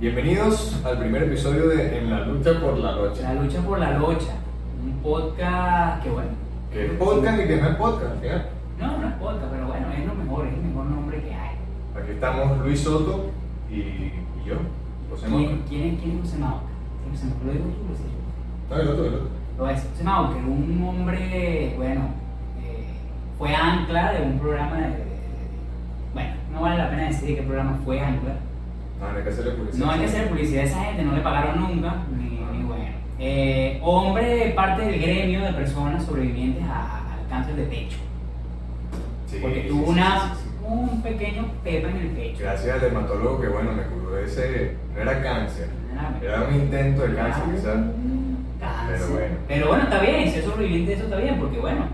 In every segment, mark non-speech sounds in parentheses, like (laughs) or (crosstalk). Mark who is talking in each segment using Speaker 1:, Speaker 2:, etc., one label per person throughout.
Speaker 1: Bienvenidos al primer episodio de En la lucha por la
Speaker 2: La
Speaker 1: rocha.
Speaker 2: lucha por la locha. Un podcast que bueno.
Speaker 1: Que es podcast y que no es podcast, fíjate.
Speaker 2: No, no es podcast, pero bueno, es lo mejor, es el mejor nombre que hay.
Speaker 1: Aquí estamos Luis Soto y, y yo, José
Speaker 2: ¿Quién,
Speaker 1: Mota.
Speaker 2: quién, quién es José Mauca? ¿Quién es José Mauca? ¿Lo digo tú, lo sé yo?
Speaker 1: No, el otro, el otro.
Speaker 2: Lo es José Mauca, un hombre, bueno, eh, fue ancla de un programa de, Bueno, no vale la pena decir de qué programa fue ancla.
Speaker 1: No, no hay que hacerle publicidad.
Speaker 2: No hay que hacer publicidad a esa gente, no le pagaron nunca, ni, ni bueno. Eh, hombre, parte del gremio de personas sobrevivientes a- al cáncer de pecho.
Speaker 1: Sí,
Speaker 2: porque
Speaker 1: sí,
Speaker 2: tuvo
Speaker 1: sí,
Speaker 2: una,
Speaker 1: sí,
Speaker 2: un pequeño pepa en el
Speaker 1: sí.
Speaker 2: pecho.
Speaker 1: Gracias al dermatólogo que, bueno, me curó de ese. No era cáncer, era un intento de cáncer, quizás.
Speaker 2: Cáncer.
Speaker 1: Pero bueno.
Speaker 2: Pero bueno. está bien, ser sobreviviente de eso está bien, porque bueno,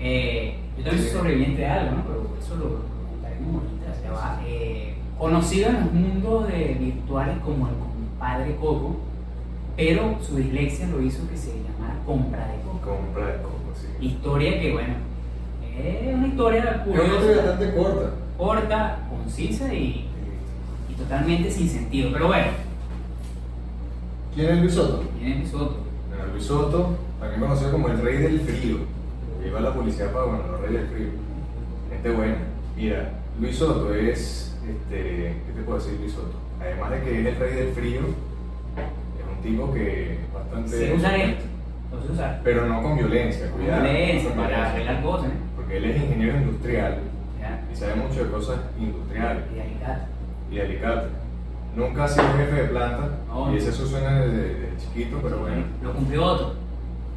Speaker 2: eh, yo también
Speaker 1: Sí.
Speaker 2: soy sobreviviente de algo, ¿no? Pero eso lo, lo contaremos ahorita, se va. Eh, conocido en los mundos de virtuales como el compadre Coco, pero su dislexia lo hizo que se llamara compra de Coco.
Speaker 1: Compra de coco, sí.
Speaker 2: Historia que, bueno, es una historia
Speaker 1: Es una historia
Speaker 2: curiosa,
Speaker 1: bastante corta.
Speaker 2: corta, concisa y y totalmente sin sentido. Pero bueno,
Speaker 1: ¿Quién es Luis Soto?
Speaker 2: viene mi soto.
Speaker 1: Bueno, Luis Soto, también conocido como el rey del frío. Lleva la policía para bueno, los reyes del frío. Este bueno. Mira, Luis Soto es, este, ¿qué te puedo decir Luis Soto? Además de que es el rey del frío, es un tipo que es bastante...
Speaker 2: Sé usar esto, lo sé usar.
Speaker 1: Pero no con violencia, cuidado. no con
Speaker 2: Lees para
Speaker 1: violencia.
Speaker 2: arreglar cosas, ¿eh?
Speaker 1: Porque él es ingeniero industrial
Speaker 2: Ya,
Speaker 1: y sabe mucho de cosas industriales
Speaker 2: y delicado.
Speaker 1: y delicadas. Nunca ha sido jefe de planta
Speaker 2: No.
Speaker 1: y ese eso suena desde, desde chiquito, pero bueno.
Speaker 2: Lo cumplió otro.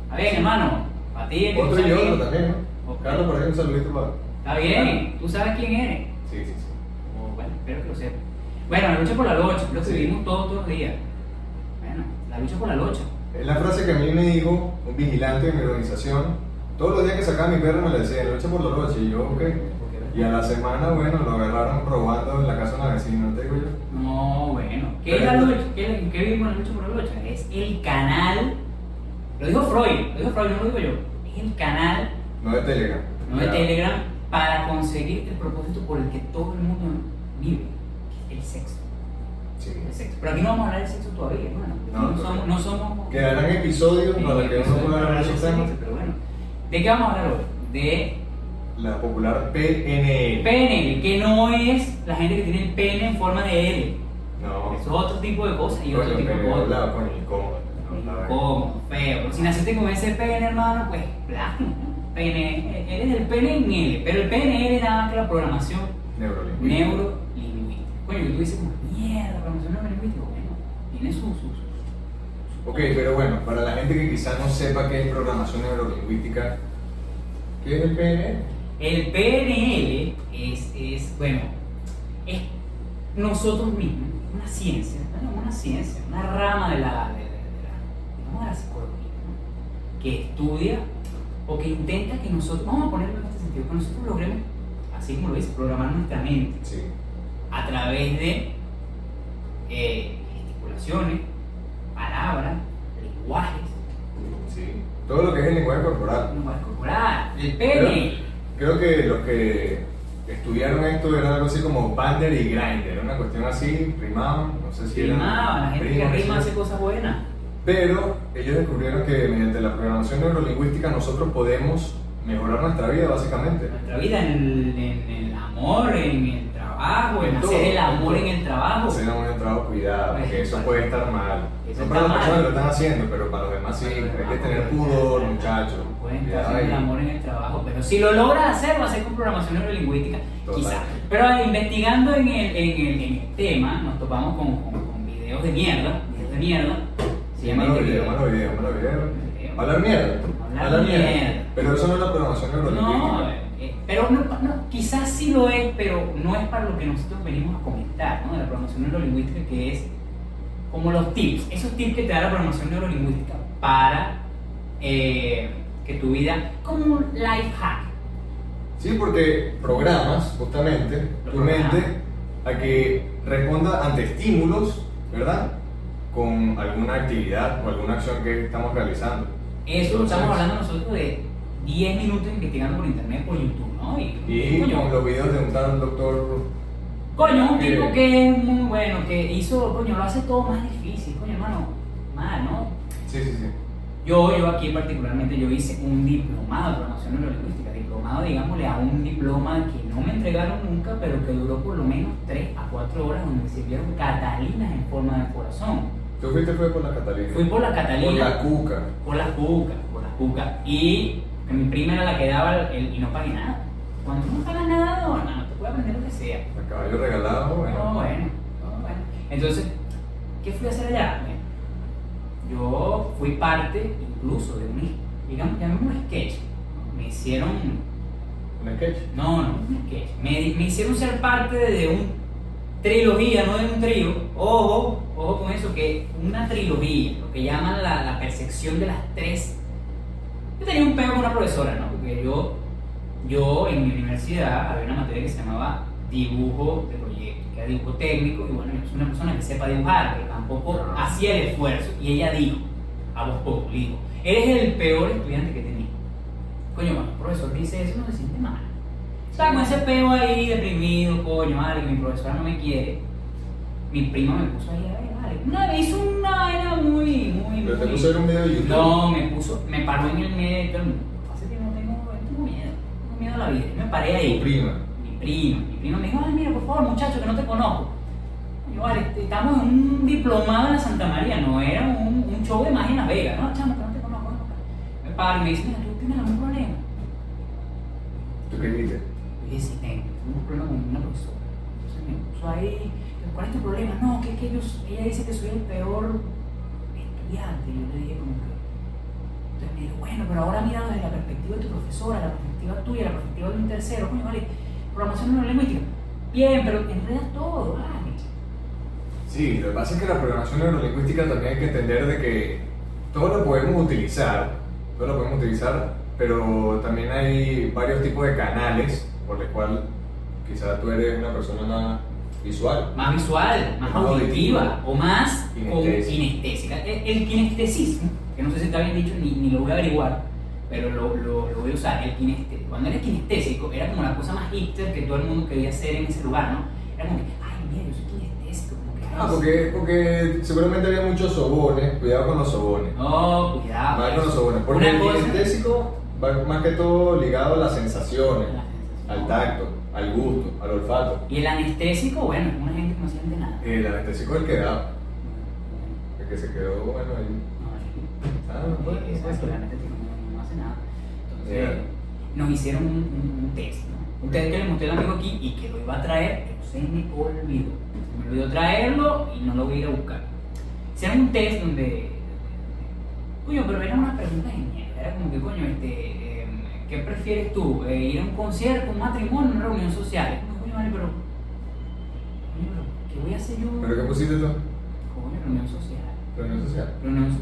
Speaker 2: A ver, hermano, para ti. que tú
Speaker 1: Otro y
Speaker 2: sabes
Speaker 1: otro
Speaker 2: quién-
Speaker 1: también, ¿no?
Speaker 2: Ok.
Speaker 1: Carlos, por ejemplo, un saludito para...
Speaker 2: Está bien, tú sabes quién eres.
Speaker 1: Sí, sí, sí.
Speaker 2: O, bueno, espero que lo sepas. Bueno, la lucha por la locha, lo que
Speaker 1: Sí.
Speaker 2: vivimos todos los días. Bueno, la lucha por la locha.
Speaker 1: Es la frase que a mí me dijo un vigilante de mi organización. Todos los días que sacaba mi perro me la decía, lucha por la noche. Y yo, ok.
Speaker 2: Porque,
Speaker 1: Y a la semana, bueno, lo agarraron probando en la casa de una vecina, ¿te digo yo?
Speaker 2: No, bueno. ¿Qué es la lucha? ¿Qué, qué vimos en la lucha por la lucha? Es el canal. Lo dijo Freud, lo dijo Freud, no lo digo yo. Es el canal,
Speaker 1: No de Telegram.
Speaker 2: no de
Speaker 1: Claro.
Speaker 2: Telegram, para conseguir el propósito por el que todo el mundo vive, que es el sexo.
Speaker 1: Sí.
Speaker 2: El sexo. Pero aquí no vamos a hablar de sexo todavía, hermano.
Speaker 1: No,
Speaker 2: No,
Speaker 1: no.
Speaker 2: somos, no somos. Eh,
Speaker 1: Quedarán episodios para que uno pueda hablar de esos temas.
Speaker 2: Pero bueno. ¿De qué vamos a hablar hoy? De
Speaker 1: La popular PNL.
Speaker 2: pene, que no es la gente que tiene el pene en forma de L.
Speaker 1: No.
Speaker 2: Eso es otro tipo de cosas y
Speaker 1: Coño,
Speaker 2: otro tipo de
Speaker 1: PNL,
Speaker 2: cosas.
Speaker 1: hablaba con el cómodo. no hablaba.
Speaker 2: Como feo. Pero si naciste con ese pene, hermano, pues, plano. Pene, eres el PNL, pero el PNL nada más que la programación
Speaker 1: Neurolingüística.
Speaker 2: neurolingüística. Coño, tú dices como, mierda, programación neurolingüística. Bueno, tiene sus usos.
Speaker 1: Ok, pero bueno, para la gente que quizás no sepa qué es programación neurolingüística, ¿qué es el PNL?
Speaker 2: El PNL es, es, bueno, es nosotros mismos, una ciencia, bueno, una ciencia, una rama de la, de, de- de la- digamos, de la psicología, ¿no? que estudia o que intenta que nosotros, vamos a ponerlo en este sentido, que nosotros logremos, así como lo dice, programar nuestra mente
Speaker 1: Sí.
Speaker 2: a través de eh, gesticulaciones, palabras, lenguajes,
Speaker 1: Sí. Todo lo que es el lenguaje corporal.
Speaker 2: lenguaje corporal, el PNL.
Speaker 1: Creo que los que estudiaron esto era algo así como Bander y Grinder, era una cuestión así, rimaban, no sé si eran
Speaker 2: Rimaba, la gente que
Speaker 1: primos,
Speaker 2: rima
Speaker 1: no
Speaker 2: hace
Speaker 1: sé.
Speaker 2: cosas buenas.
Speaker 1: Pero ellos descubrieron que mediante la programación neurolingüística nosotros podemos mejorar nuestra vida básicamente.
Speaker 2: nuestra vida, en el, en el amor, en el trabajo, en,
Speaker 1: En todo,
Speaker 2: hacer el
Speaker 1: en
Speaker 2: amor
Speaker 1: todo.
Speaker 2: en el trabajo.
Speaker 1: Hacer un entrado cuidado, porque eso puede estar mal.
Speaker 2: Eso
Speaker 1: No para las
Speaker 2: está
Speaker 1: personas que lo
Speaker 2: mal.
Speaker 1: están haciendo, pero para los demás sí, hay
Speaker 2: Ah,
Speaker 1: que tener pudor, muchachos.
Speaker 2: No Pueden estar
Speaker 1: Cuidado
Speaker 2: haciendo el
Speaker 1: ahí.
Speaker 2: amor en el trabajo, pero si lo logras hacer, va a ser con programación neurolingüística,
Speaker 1: Total.
Speaker 2: quizás. Pero eh, investigando en el, en el, en el tema, nos topamos con, con- con videos de mierda, videos de mierda. Se llama este
Speaker 1: Malo video,
Speaker 2: Integridad.
Speaker 1: malo video, malo video. Hablar mierda.
Speaker 2: Hablar mierda.
Speaker 1: Pero eso no es la programación neurolingüística.
Speaker 2: No, eh, pero no, no, quizás sí lo es, pero no es para lo que nosotros venimos a comentar, ¿no? De la programación neurolingüística, que es como los tips, esos tips que te da la programación neurolingüística para eh, que tu vida, como un life hack.
Speaker 1: Sí, porque programas justamente tu
Speaker 2: Programas.
Speaker 1: mente a que responda ante estímulos, ¿verdad? Con alguna actividad o alguna acción que estamos realizando.
Speaker 2: Eso
Speaker 1: Entonces-
Speaker 2: estamos hablando nosotros de 10 minutos investigando por internet, por YouTube, ¿no? Y,
Speaker 1: Y
Speaker 2: coño,
Speaker 1: con los videos de un tal doctor
Speaker 2: Coño, un
Speaker 1: Mire.
Speaker 2: tipo que es muy bueno, que hizo, coño, lo hace todo más difícil, coño, hermano, mal, ¿no?
Speaker 1: Sí, sí, sí.
Speaker 2: Yo, yo aquí particularmente, yo hice un diplomado de programación neurolingüística, diplomado, digámosle, a un diploma que no me entregaron nunca, pero que duró por lo menos 3 a 4 horas, donde me sirvieron catalinas en forma de corazón.
Speaker 1: ¿Tú fuiste fue por la Catalina?
Speaker 2: Fui por la
Speaker 1: Por la
Speaker 2: catalina,
Speaker 1: Cuca.
Speaker 2: por las cucas, por las cucas, y mi prima era la que daba el, y no pagué nada. Cuando no pagas nada, no, no, te puedes aprender lo que sea.
Speaker 1: El caballo regalado,
Speaker 2: No,
Speaker 1: bueno.
Speaker 2: bueno, no, bueno. Entonces, ¿qué fui a hacer allá? Bueno, yo fui parte incluso de un, digamos, llamémoslo un sketch. Me hicieron,
Speaker 1: Un sketch.
Speaker 2: no, no, un sketch. Me, di- me hicieron ser parte de un trilogía, no de un trío. Ojo, ojo con eso, que una trilogía, lo que llaman la, la percepción de las tres. Yo tenía un peo con una profesora, ¿no? Porque yo, yo en mi universidad había una materia que se llamaba dibujo de proyecto, que era dibujo técnico, y bueno, yo soy una persona que sepa dibujar, pero tampoco hacía el esfuerzo. Y ella dijo, a vos populi, dijo, eres el peor estudiante que tenía. Coño, cuando el profesor dice eso, no se siente mal. Está con ese peo ahí, deprimido, coño, vale, que mi profesora no me quiere. Mi prima me puso ahí, a ver, vale. Una vez hizo una vaina muy, muy,
Speaker 1: Pero te
Speaker 2: muy-
Speaker 1: puse un video de YouTube.
Speaker 2: no, me puso, me paró en el medio de todo el mundo. Lo que pasa es que no tengo, tengo miedo, tengo miedo a la vida. Me paré
Speaker 1: Tu
Speaker 2: ahí.
Speaker 1: prima.
Speaker 2: Mi primo, mi primo me dijo, ay, mira, por favor, muchacho, que no te conozco. Yo, vale, este, estamos en un diplomado en la Santa María, no era un, un show de magia en Las Vegas. No, chamo, que no te conozco. no". Me paro y me dice, mira, tú tienes algún problema.
Speaker 1: Tu primita.
Speaker 2: Y dije, sí, tengo, tengo un problema con una profesora. Entonces me puso ahí, ¿cuál es tu problema? No, que es que ellos, ella dice que soy el peor estudiante. Y yo le dije, como que. Entonces me dijo, bueno, pero ahora mira desde la perspectiva de tu profesora, la perspectiva tuya, la perspectiva de un tercero, coño, vale, programación neurolingüística. Bien, pero enredas todo, vale.
Speaker 1: Sí, lo que pasa es que la programación neurolingüística también hay que entender de que todo lo podemos utilizar, todo lo podemos utilizar, pero también hay varios tipos de canales por los cuales quizás tú eres una persona más visual.
Speaker 2: Más visual, más
Speaker 1: Más
Speaker 2: auditiva o más o
Speaker 1: Kinestésica.
Speaker 2: kinestésica. El, el kinestesismo, que no sé si está bien dicho ni, ni lo voy a averiguar, pero lo, lo- lo voy a usar. El kineste, cuando eres kinestésico era como la cosa más hipster que todo el mundo quería hacer en ese lugar, ¿no? Era como que, ay, mira, yo soy kinestésico. Como que,
Speaker 1: Ah, porque, porque seguramente había muchos sobones, cuidado con los sobones.
Speaker 2: No, cuidado.
Speaker 1: Más con los sobones, porque
Speaker 2: Una
Speaker 1: el
Speaker 2: cosa-
Speaker 1: kinestésico va más que todo ligado a las sensaciones, al tacto, al gusto, al olfato.
Speaker 2: Y el anestésico, bueno, es una gente que no siente nada.
Speaker 1: El anestésico es el que da, el que se quedó, bueno, ahí.
Speaker 2: No,
Speaker 1: Ah, bueno,
Speaker 2: Eh,
Speaker 1: pues,
Speaker 2: Exacto, la gente no, no hace nada. Entonces,
Speaker 1: Yeah.
Speaker 2: nos hicieron un, un- un test, ¿no? Un test que le mostré al amigo aquí y que lo iba a traer, pero se me olvidó. Se me olvidó traerlo y no lo voy a ir a buscar. Hicieron un test donde. Coño, pero eran unas preguntas de mierda. Era como que, coño, este, em, ¿qué prefieres tú? Eh, ¿Ir a un concierto, un matrimonio, una reunión social? Es como, coño, vale, pero. Coño, pero, ¿qué voy a hacer yo?
Speaker 1: ¿Pero qué pusiste tú?
Speaker 2: Coño, reunión social.
Speaker 1: Reunión social.
Speaker 2: Reunión social.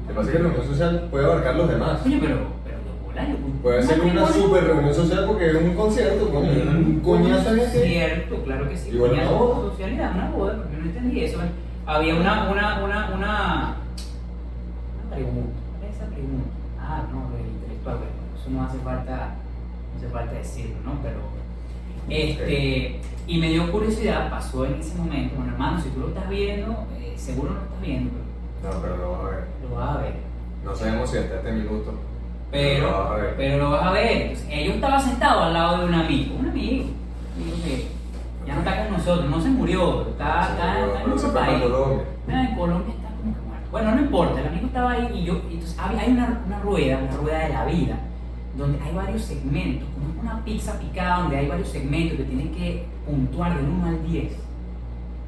Speaker 1: Lo que pasa es que la reunión social puede abarcar los demás.
Speaker 2: Coño, pero, pero de bola, yo-
Speaker 1: Puede ser una
Speaker 2: matrimonio.
Speaker 1: super reunión social porque es un concierto, coño, un coñazo en ese.
Speaker 2: Cierto, claro que sí.
Speaker 1: Igual una
Speaker 2: coñazo,
Speaker 1: boda.
Speaker 2: Socialidad, una boda, porque no entendí eso. Había una, una, una, una. Una pregunta. Esa pregunta. Ah, no, del intelectual, bueno, eso no hace falta, no hace falta decirlo, ¿no? Pero. Este, y me dio curiosidad, pasó en ese momento, bueno, hermano, si tú lo estás viendo, eh, seguro no lo estás viendo,
Speaker 1: No, pero lo vas a ver.
Speaker 2: pero lo vas a ver.
Speaker 1: No sabemos si hasta este minuto. Lo vas a
Speaker 2: Pero,
Speaker 1: ver.
Speaker 2: pero lo vas a ver. Entonces, eh, yo estaba sentado al lado de un amigo, un amigo, un amigo que ya no está con nosotros, no se murió, está,
Speaker 1: Sí,
Speaker 2: está,
Speaker 1: pero-
Speaker 2: está en
Speaker 1: pero se
Speaker 2: otro
Speaker 1: fue para
Speaker 2: país.
Speaker 1: Colombia.
Speaker 2: Ah, en Colombia está como que muerto. Bueno, no importa, el amigo estaba ahí y yo, entonces hab- hay una, una rueda, una rueda de la vida, donde hay varios segmentos, como una pizza picada donde hay varios segmentos que tienes que puntuar del 1 al 10.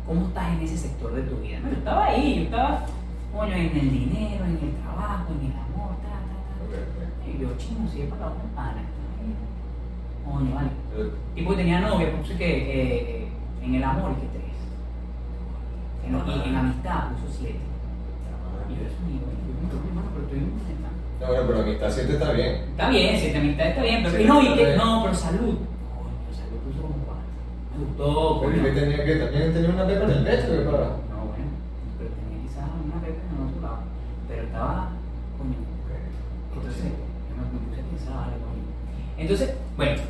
Speaker 2: ¿Cómo estás en ese sector de tu vida? No, yo estaba ahí, yo estaba, coño, en el dinero, en el trabajo, en el amor, ta, ta, ta.
Speaker 1: Ok, ok.
Speaker 2: Y yo, chino, si he pagado una pana. Coño, vale.
Speaker 1: Eh,
Speaker 2: Tipo que tenía novia, puse que eh, eh, en el amor, que tres. En, y en amistad, puso siete. Y yo, eso es mío, yo no hermano, pero estoy muy contenta.
Speaker 1: No, bueno, pero amistad 7 está bien.
Speaker 2: Está bien, siete amistad está bien, pero.
Speaker 1: Sí,
Speaker 2: y no, y
Speaker 1: está
Speaker 2: que,
Speaker 1: bien.
Speaker 2: no, pero salud. Coño, salud puso como cuatro. Me gustó,
Speaker 1: Porque yo
Speaker 2: coño.
Speaker 1: tenía que también tenía una pepa en el pecho, que para.
Speaker 2: No, bueno, pero tenía quizás una pepa en otro lado. Pero estaba, coño. Entonces, yo me puse a pensar, vale, coño. Entonces, bueno,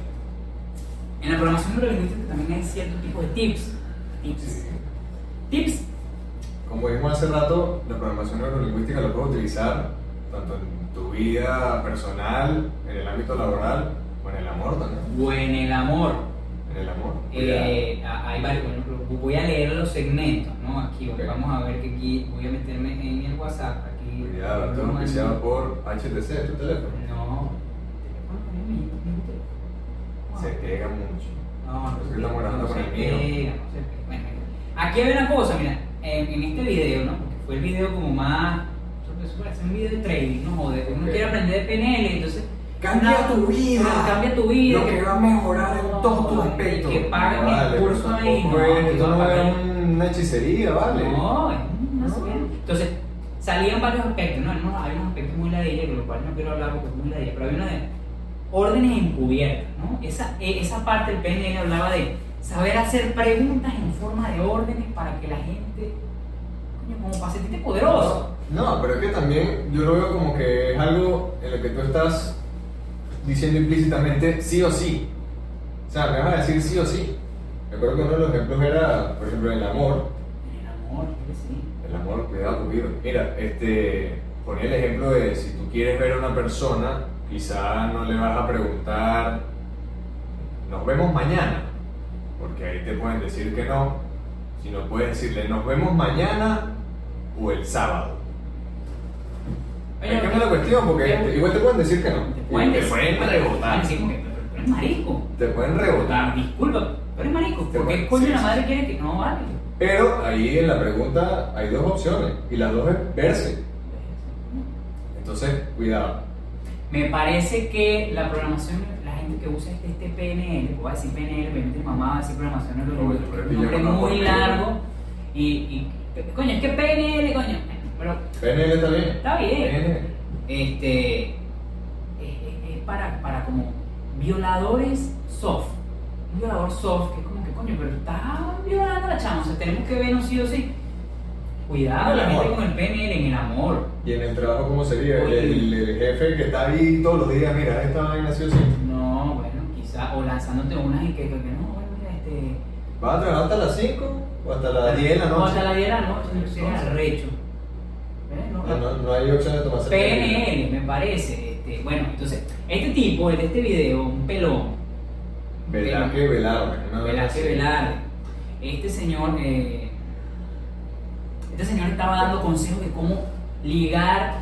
Speaker 2: en la programación neurolingüística también hay cierto tipo de tips. Tips.
Speaker 1: Sí.
Speaker 2: Tips.
Speaker 1: Como vimos hace rato, la programación neurolingüística la puedes utilizar tanto en tu vida personal, en el ámbito laboral o en el amor también.
Speaker 2: O en el amor.
Speaker 1: En el amor.
Speaker 2: Eh, a- hay varios, bueno, lo- voy a leer los segmentos, ¿no? Aquí,
Speaker 1: Ok.
Speaker 2: vamos a ver que aquí voy a meterme en el WhatsApp. Aquí,
Speaker 1: Cuidado, esto es
Speaker 2: broma,
Speaker 1: auspiciado por HTC, tu teléfono.
Speaker 2: No.
Speaker 1: Se pega mucho.
Speaker 2: No, no
Speaker 1: Pero
Speaker 2: se
Speaker 1: que estamos grabando
Speaker 2: no
Speaker 1: con
Speaker 2: se
Speaker 1: el mío.
Speaker 2: pega, no se pega. Bueno, aquí hay una cosa, mira, en, en este video, ¿no? Porque fue el video como más. Eso parece un video de trading, ¿no? O de uno
Speaker 1: Ok.
Speaker 2: quiere aprender de PNL, entonces.
Speaker 1: Cambia tu vida.
Speaker 2: Ah, Cambia tu vida.
Speaker 1: Lo que va a mejorar en todos tus aspectos.
Speaker 2: Que pagan
Speaker 1: Vale, pues,
Speaker 2: el
Speaker 1: pero
Speaker 2: curso ahí.
Speaker 1: tampoco es-
Speaker 2: que
Speaker 1: Esto
Speaker 2: va a
Speaker 1: no
Speaker 2: pagar
Speaker 1: es una hechicería, ¿vale?
Speaker 2: No, es una
Speaker 1: No.
Speaker 2: serie. Entonces, salían varios aspectos, ¿no? Algunos- Hay unos aspectos muy ladillas, con los cuales no quiero hablar porque es muy ladilla, pero había una de órdenes encubiertas, ¿no? Esa, e- esa parte del PNL hablaba de saber hacer preguntas en forma de órdenes para que la gente, coño, como para sentirte poderoso.
Speaker 1: No, pero es que también yo lo veo como que es algo en lo que tú estás diciendo implícitamente sí o sí. O sea, me vas a decir sí o sí. Recuerdo que uno de los ejemplos era, por ejemplo, el amor.
Speaker 2: En el amor, yo que sí.
Speaker 1: El amor, cuidado tu vida. Mira, este, ponía el ejemplo de si tú quieres ver a una persona, quizá no le vas a preguntar, nos vemos mañana, porque ahí te pueden decir que no, sino puedes decirle, nos vemos mañana o el sábado.
Speaker 2: Oye,
Speaker 1: Es que no es la cuestión, porque
Speaker 2: pero-
Speaker 1: igual te pueden decir que no.
Speaker 2: Te pueden
Speaker 1: te
Speaker 2: decir-
Speaker 1: pueden rebotar.
Speaker 2: Sí, porque, pero tú eres marico.
Speaker 1: Te pueden rebotar.
Speaker 2: Disculpa, pero eres marico.
Speaker 1: Te
Speaker 2: ¿Por qué
Speaker 1: pueden-
Speaker 2: coño
Speaker 1: sí,
Speaker 2: la
Speaker 1: sí.
Speaker 2: madre quiere que no vale?
Speaker 1: Pero ahí en la pregunta hay dos opciones, y las dos es verse. Entonces, cuidado.
Speaker 2: Me parece que la programación, la gente que usa este, este PNL, voy a decir PNL, me mete mamá, va a decir programación es
Speaker 1: Oye, pero es que yo
Speaker 2: un nombre
Speaker 1: conozco
Speaker 2: muy
Speaker 1: el-
Speaker 2: largo y, y- coño, es que PNL, coño, pero
Speaker 1: PNL está bien.
Speaker 2: Está bien.
Speaker 1: PNL.
Speaker 2: este es, es- es para, para como violadores soft, un violador soft que es como que coño, pero está violando a la chama, o sea, tenemos que vernos sí o sí. Cuidado,
Speaker 1: El
Speaker 2: la gente
Speaker 1: amor.
Speaker 2: con el PNL en el amor.
Speaker 1: ¿Y en el trabajo cómo sería? El,
Speaker 2: Oye.
Speaker 1: el- el jefe que está ahí todos los días, mira, esta vaina sí o sí.
Speaker 2: No, bueno, quizá, o lanzándote unas y que, que no, bueno, mira, este.
Speaker 1: ¿Vas a trabajar hasta las 5 o hasta las 10 de la
Speaker 2: O
Speaker 1: noche?
Speaker 2: hasta las 10 de la noche, no sé,
Speaker 1: Entonces.
Speaker 2: arrecho. ¿Eh? No,
Speaker 1: Ah, no, no hay opción de tomarse el
Speaker 2: PNL, me parece. Este, bueno, entonces, este tipo, el de este video, un pelón. un pelón,
Speaker 1: Velázquez Velarde. una vaina
Speaker 2: Velázquez
Speaker 1: así.
Speaker 2: Velarde. Este señor, eh, este señor estaba dando consejos de cómo ligar.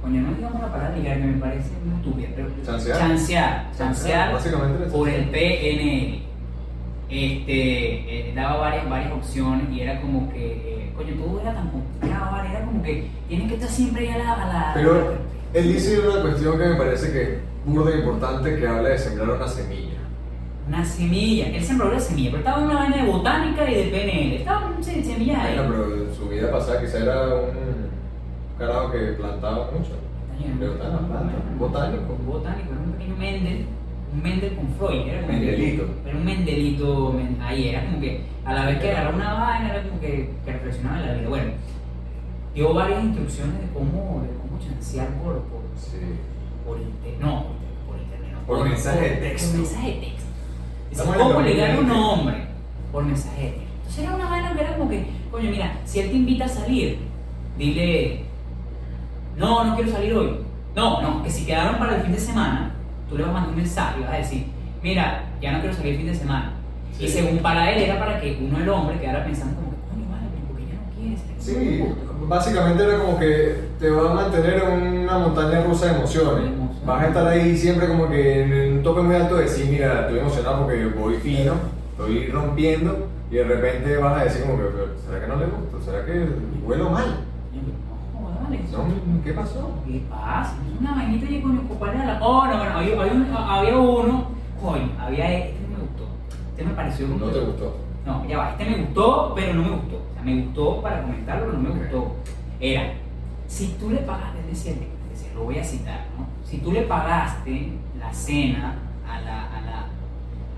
Speaker 2: Coño, no digamos la palabra ligar, que me parece una estúpida, pero.
Speaker 1: Chancear.
Speaker 2: Chancear. Chancear
Speaker 1: Básicamente
Speaker 2: por el PNL. Este, eh, daba varias, varias opciones y era como que, eh, coño, todo era tan complicado, ¿vale? era como que tienes que estar siempre ahí a la... a la-
Speaker 1: Pero él dice una cuestión que me parece que es burda importante que habla de sembrar una semilla.
Speaker 2: Una semilla, él sembró la semilla, pero estaba en una vaina de botánica y de PNL, estaba en se- semillas ahí.
Speaker 1: Bueno, pero en su vida pasada quizá era un carajo que plantaba mucho. Pero está en la planta, botánico.
Speaker 2: Botánico, era un pequeño Mendel, un Mendel con Freud, era como que-
Speaker 1: Mendelito.
Speaker 2: era un Mendelito men- ahí, era como que a la vez que agarraba una vaina, era como que, que reflexionaba en la vida. Bueno, dio varias instrucciones de cómo, de cómo chancear por, por,
Speaker 1: Sí.
Speaker 2: por internet, no, por internet, no,
Speaker 1: Por mensaje de texto.
Speaker 2: Por mensaje de texto. Dice,
Speaker 1: Estamos en el
Speaker 2: ¿Cómo ligar a un
Speaker 1: 2020.
Speaker 2: hombre? Por mensaje de texto. Entonces era una vaina que era como que, coño, mira, si él te invita a salir, dile, no, no quiero salir hoy. No, no, que si quedaron para el fin de semana, tú le vas a mandar un mensaje y vas a decir, mira, ya no quiero salir el fin de semana.
Speaker 1: Sí.
Speaker 2: Y según para él era para que uno el hombre quedara pensando como que, coño, vale, pero ¿por qué ya no quieres?
Speaker 1: Sí, básicamente era como que te va a mantener en una montaña rusa de emociones.
Speaker 2: Emociones.
Speaker 1: Vas a estar ahí siempre como que en un tope muy alto de decir, mira, estoy emocionado porque voy fino, estoy rompiendo, y de repente vas a decir como que, "Pero, ¿será que no le gusto? ¿Será que huelo mal?
Speaker 2: Y yo, No, vale,
Speaker 1: No, ¿Qué pasó?
Speaker 2: ¿Qué pasa? Es una vainita y con compadre a la. Oh, no, bueno, había, había un- había uno. Coño, había este que me gustó. Este me pareció como.
Speaker 1: No te gustó.
Speaker 2: No, ya va, este me gustó, pero no me gustó. O sea, me gustó para comentarlo, pero no me
Speaker 1: Ok.
Speaker 2: gustó. Era, si tú le pagaste, él decía, él decía, lo voy a citar, ¿no? Si tú le pagaste la cena a la, a la,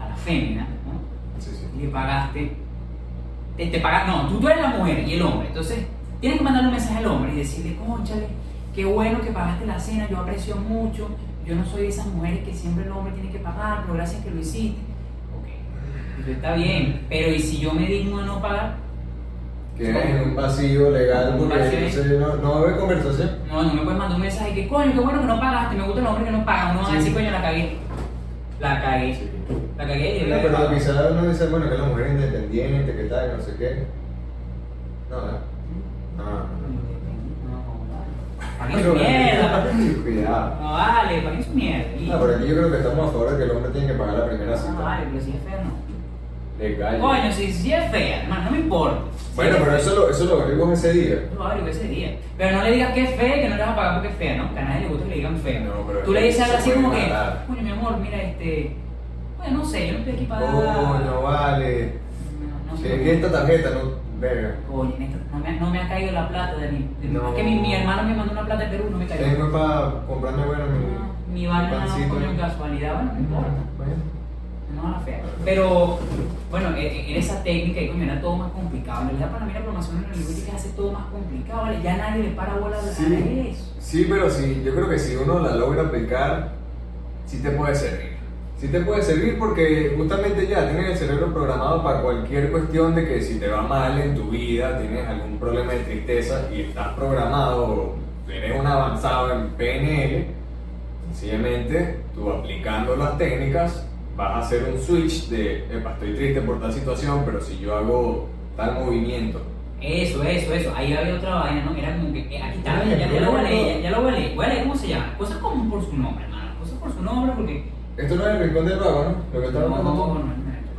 Speaker 2: a la fémina, ¿no?
Speaker 1: Sí, sí.
Speaker 2: le pagaste, te, te pagas, no, tú, tú eres la mujer y el hombre, entonces tienes que mandarle un mensaje al hombre y decirle, conchale, qué bueno que pagaste la cena, yo aprecio mucho, yo no soy de esas mujeres que siempre el hombre tiene que pagar, pero gracias que lo hiciste. Ok, Y yo, está bien, pero ¿y si yo me digno a no pagar?
Speaker 1: Que es un vacío legal
Speaker 2: Un
Speaker 1: porque
Speaker 2: vacío.
Speaker 1: entonces no, no va a haber conversación.
Speaker 2: No, no me puedes mandar un mensaje que, coño, qué bueno que no pagaste, me gustan los hombres que no pagan. No vas a decir,
Speaker 1: Sí.
Speaker 2: coño, la cagué. La cagué. La cagué y
Speaker 1: No,
Speaker 2: debí haber
Speaker 1: pero
Speaker 2: pagado.
Speaker 1: quizás uno dice, bueno, que la mujer es independiente, que tal, no sé qué. No, no. no, no.
Speaker 2: No, Paguen su
Speaker 1: Pero-
Speaker 2: mierda.
Speaker 1: (laughs) Cuidado.
Speaker 2: No vale, paguen su mierda.
Speaker 1: No, Ah, pero aquí yo creo que estamos a favor de que el hombre tiene que pagar la primera
Speaker 2: No, Ah, vale,
Speaker 1: cita.
Speaker 2: pero si es fea, no.
Speaker 1: Legal.
Speaker 2: Coño, si, si es fea, hermano, no me importa. Si
Speaker 1: Bueno,
Speaker 2: es
Speaker 1: pero eso lo, eso lo abrimos ese día.
Speaker 2: No, averigua ese día. Pero no le digas que es fea y que no le vas a pagar porque es fea, ¿no? Que a nadie le gusta que le digan fea.
Speaker 1: No, pero
Speaker 2: Tú le dices algo
Speaker 1: se
Speaker 2: así como
Speaker 1: puede
Speaker 2: que,
Speaker 1: matar.
Speaker 2: coño, mi amor, mira, este. Bueno, no sé, yo no estoy aquí para.
Speaker 1: Coño, vale.
Speaker 2: Ah. No, no
Speaker 1: Es
Speaker 2: sé.
Speaker 1: que esta tarjeta no. Verga.
Speaker 2: Coño, en esta- no, me, no me ha caído la plata de mi. de-
Speaker 1: No.
Speaker 2: Es que mi, mi hermano me mandó una plata de Perú, no me cayó.
Speaker 1: Tengo para comprarme, bueno, mi,
Speaker 2: No, Ni
Speaker 1: mi
Speaker 2: vaina, coño, casualidad, bueno, no importa.
Speaker 1: Bueno.
Speaker 2: No, la fea. Pero, bueno, e- e- era esa técnica y coño, era todo más complicado. En realidad, para mí la programación neurolingüística hace todo más complicado, ¿vale? Ya nadie le para bola a
Speaker 1: Sí.
Speaker 2: nadie eso.
Speaker 1: Sí, pero sí, yo creo que si uno la logra aplicar, sí te puede servir. Sí te puede servir porque justamente ya tienes el cerebro programado para cualquier cuestión de que si te va mal en tu vida, tienes algún problema de tristeza y estás programado o tienes un avanzado en PNL, sencillamente tú aplicando las técnicas vas a hacer un switch de, epa, estoy triste por tal situación, pero si yo hago tal movimiento,
Speaker 2: Eso, eso, eso. Ahí había otra vaina, ¿no? Era como que. eh, aquí está, ya, ya lo voy a leer, ya, ya lo voy a leer. Voy a leer cómo se llama. Cosas como por su nombre, hermano. Cosas por su nombre porque.
Speaker 1: esto no es el rincón del vago, ¿no? Lo que
Speaker 2: No,
Speaker 1: estaba
Speaker 2: no,
Speaker 1: hablando
Speaker 2: no,
Speaker 1: tú.
Speaker 2: no, no.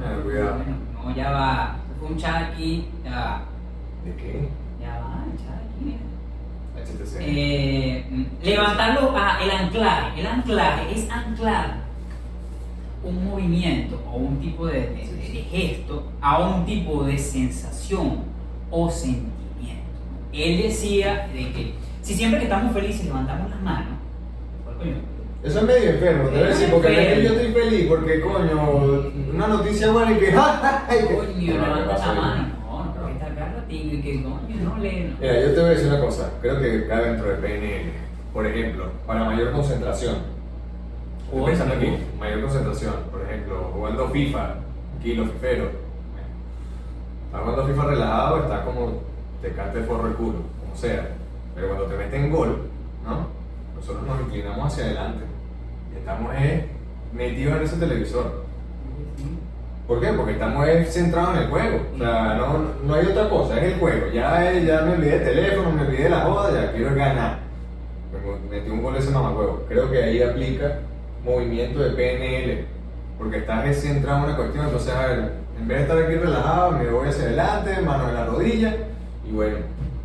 Speaker 1: Ah, cuidado.
Speaker 2: Bueno, No, ya va. Fue un chat aquí. Ya va.
Speaker 1: ¿De qué?
Speaker 2: Ya va, el chat aquí, mira.
Speaker 1: HTC.
Speaker 2: Eh, mm, levantarlo a el anclaje. El anclaje es anclar un movimiento o un tipo de, de- de- de gesto a un tipo de sensación o sentimiento. Él decía de que si siempre que estamos felices levantamos las manos, pues, coño,
Speaker 1: Eso es medio enfermo, te voy a decir, porque en aquel yo estoy feliz, porque coño, una noticia buena y que. (laughs)
Speaker 2: coño, levanta la mano. No, no,
Speaker 1: No.
Speaker 2: porque está acá, y que coño, no le. no.
Speaker 1: Mira, yo te voy a decir una cosa, creo que cabe dentro de PNL. Por ejemplo, para mayor concentración. Estoy
Speaker 2: Coño.
Speaker 1: pensando aquí, mayor concentración. Por ejemplo, jugando FIFA, aquí los fiferos. Bueno, Estás jugando FIFA relajado, está como te cante el forro el culo, como sea. Pero cuando te meten gol, ¿no? Nosotros nos inclinamos hacia adelante y estamos eh, metidos en ese televisor. ¿Por qué? Porque estamos eh, centrados en el juego. O sea, no, no hay otra cosa, es el juego. Ya, eh, ya me olvidé del teléfono, me olvidé de la joda, ya quiero ganar. Me- Metí un gol ese mamacuevo. Creo que ahí aplica movimiento de PNL. Porque estás eh, centrado en una cuestión. Entonces, a ver, en vez de estar aquí relajado, me voy hacia adelante, mano en la rodilla. Y bueno,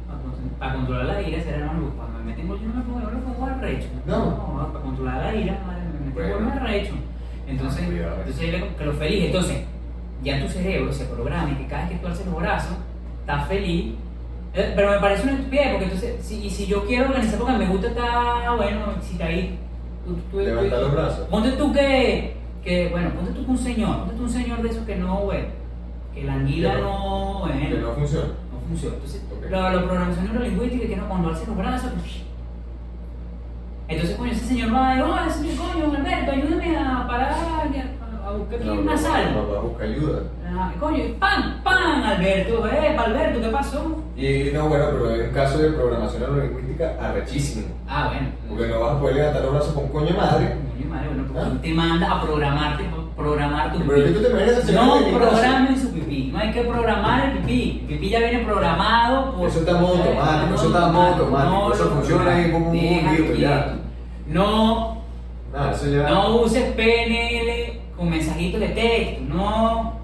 Speaker 2: Para con- Para controlar la ira, será hermano, cuando me meten gol, yo no me pongo, yo no me pongo arrecho.
Speaker 1: No.
Speaker 2: para controlar la ira, madre, me meten
Speaker 1: Bueno.
Speaker 2: gol, me arrecho. Entonces,
Speaker 1: Cuidado.
Speaker 2: entonces yo le digo que lo feliz. Entonces, ya tu cerebro se programa y que cada vez que tú alces los brazos, estás feliz. Eh, Pero me parece una estupidez, porque entonces, si, y si yo quiero organizar, porque me gusta estar, ah, bueno, si está ahí, tú, tú- tú-
Speaker 1: levantar
Speaker 2: tú-
Speaker 1: los brazos.
Speaker 2: Ponte tú que, que, bueno, ponte tú que un señor, ponte tú un señor de esos que no, bueno, que la anguila
Speaker 1: Que
Speaker 2: no, bueno,
Speaker 1: Que no funciona.
Speaker 2: no funciona. Entonces,
Speaker 1: Ok.
Speaker 2: la, la programación neurolingüística que no, cuando alce los brazos, pues, entonces, coño, ese señor va y, oh, señor, coño, Alberto, ayúdame a parar, a, a buscar aquí
Speaker 1: No,
Speaker 2: una
Speaker 1: mi
Speaker 2: sal.
Speaker 1: Papá busca ayuda.
Speaker 2: Ah, coño, pan, pan, Alberto, eh, Alberto, ¿qué pasó?
Speaker 1: Y no, bueno, pero es un caso de programación neurolingüística arrechísimo.
Speaker 2: Ah, bueno.
Speaker 1: Porque no vas a poder levantar los brazos con coño madre.
Speaker 2: Coño, madre, bueno, porque
Speaker 1: ¿Ah?
Speaker 2: tú te manda a programarte, programar tu
Speaker 1: Pero es que tú te imaginas ese señor
Speaker 2: No
Speaker 1: en mi casa.
Speaker 2: programen su pipí, no hay que programar el pipí. El pipí ya viene programado por.
Speaker 1: Eso está modo automático, eso está modo automático, eso
Speaker 2: lo
Speaker 1: funciona
Speaker 2: programes.
Speaker 1: ahí, pum, pum, pum,
Speaker 2: Deja
Speaker 1: listo, ya.
Speaker 2: quieto. No,
Speaker 1: Nada, eso ya.
Speaker 2: no uses PNL con mensajitos de texto, no. no,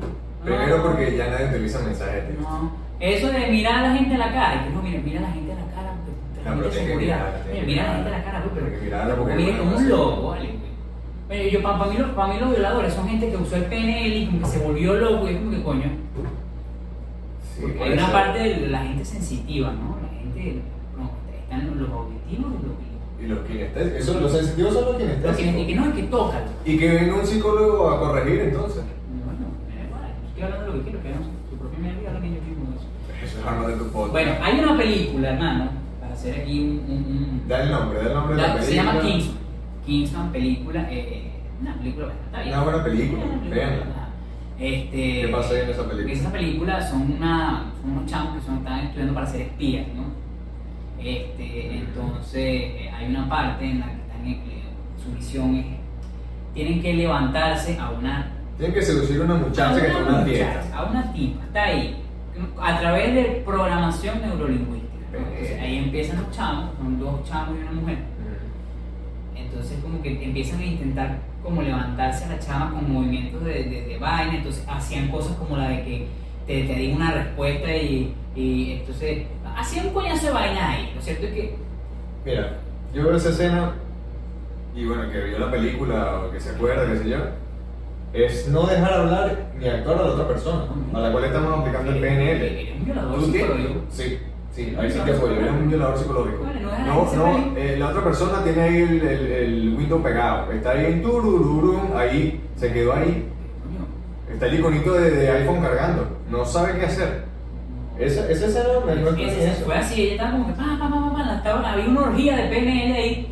Speaker 1: Primero porque ya nadie utiliza mensajes de texto.
Speaker 2: No. Eso de mirar a la gente a la cara, y que no, mira, mira a la gente a la cara, porque
Speaker 1: No, Ah, pero tiene
Speaker 2: transmite
Speaker 1: que
Speaker 2: seguridad.
Speaker 1: mirarla, tiene
Speaker 2: Mira,
Speaker 1: que
Speaker 2: mira a la gente a
Speaker 1: mirarla.
Speaker 2: la cara, güey, pero
Speaker 1: Tiene que mirarla porque
Speaker 2: Mira,
Speaker 1: no
Speaker 2: como
Speaker 1: lo
Speaker 2: un
Speaker 1: hace.
Speaker 2: loco, vale, güey. Bueno, yo, para, mí, los- pa' mí los violadores son gente que usó el PNL y como que se volvió loco y es como que coño.
Speaker 1: Sí,
Speaker 2: Porque hay
Speaker 1: puede
Speaker 2: una
Speaker 1: ser.
Speaker 2: parte de la gente sensitiva, ¿no? La gente, no, están los objetivos y los que-
Speaker 1: Y los kinestésicos. Eso, los sensitivos son los
Speaker 2: los que, y
Speaker 1: kinestésicos.
Speaker 2: que no, es que toca.
Speaker 1: Y que venga un psicólogo a corregir entonces.
Speaker 2: Bueno, me da igual, estoy hablando de lo que quiero, que hagan su- su propia mierda y hagan ellos mismos de eso.
Speaker 1: Eso es algo de tu podcast.
Speaker 2: Bueno, hay una película, hermano, para hacer aquí un- un- un
Speaker 1: Da el nombre, da el nombre de
Speaker 2: La-
Speaker 1: la
Speaker 2: se
Speaker 1: película.
Speaker 2: llama Kingsman. Kingsman, película, eh, eh, una película bastante bien.
Speaker 1: Una buena película,
Speaker 2: Una
Speaker 1: véanla.
Speaker 2: ajá. Este,
Speaker 1: ¿Qué pasa ahí en esa película?
Speaker 2: Esa película son, una, son unos chamos que son, están estudiando para ser espías, ¿no? Este, entonces eh, hay una parte en la que están, eh, su misión es, tienen que levantarse a una
Speaker 1: Tienen que seducir a una muchacha que está en una
Speaker 2: muchacha,
Speaker 1: fiesta.
Speaker 2: A una tipa, está ahí. A través de programación neurolingüística. ¿no? Entonces, ahí empiezan los chamos, son dos chamos y una mujer.
Speaker 1: Mm.
Speaker 2: Entonces como que empiezan a intentar como levantarse a la chama con movimientos de, de, de vaina. Entonces hacían cosas como la de que te, te digo una respuesta y, y entonces hacían un coñazo de vaina ahí. Lo cierto es que
Speaker 1: Mira, yo veo esa escena y bueno, el que vio la película o que se acuerda, qué sé yo, es no dejar hablar ni actuar a la otra persona, a la cual estamos aplicando el PNL.
Speaker 2: Eres un violador
Speaker 1: ¿Tú tienes-
Speaker 2: psicológico.
Speaker 1: Sí, sí, ahí sí te apoyo, eres un violador psicológico.
Speaker 2: Bueno, no era
Speaker 1: No,
Speaker 2: ese
Speaker 1: no,
Speaker 2: peli.
Speaker 1: eh, la otra persona tiene ahí el, el, el window pegado, está ahí en turururum, ahí, se quedó ahí,
Speaker 2: Coño,
Speaker 1: está el iconito de, de iPhone cargando, no sabe qué hacer.
Speaker 2: no.
Speaker 1: Esa, esa escena me no es
Speaker 2: Ese-
Speaker 1: ni
Speaker 2: ese
Speaker 1: eso.
Speaker 2: fue así, ella estaba como que pa, pa, pa, pa, pa, la estaba- había una orgía de PNL ahí.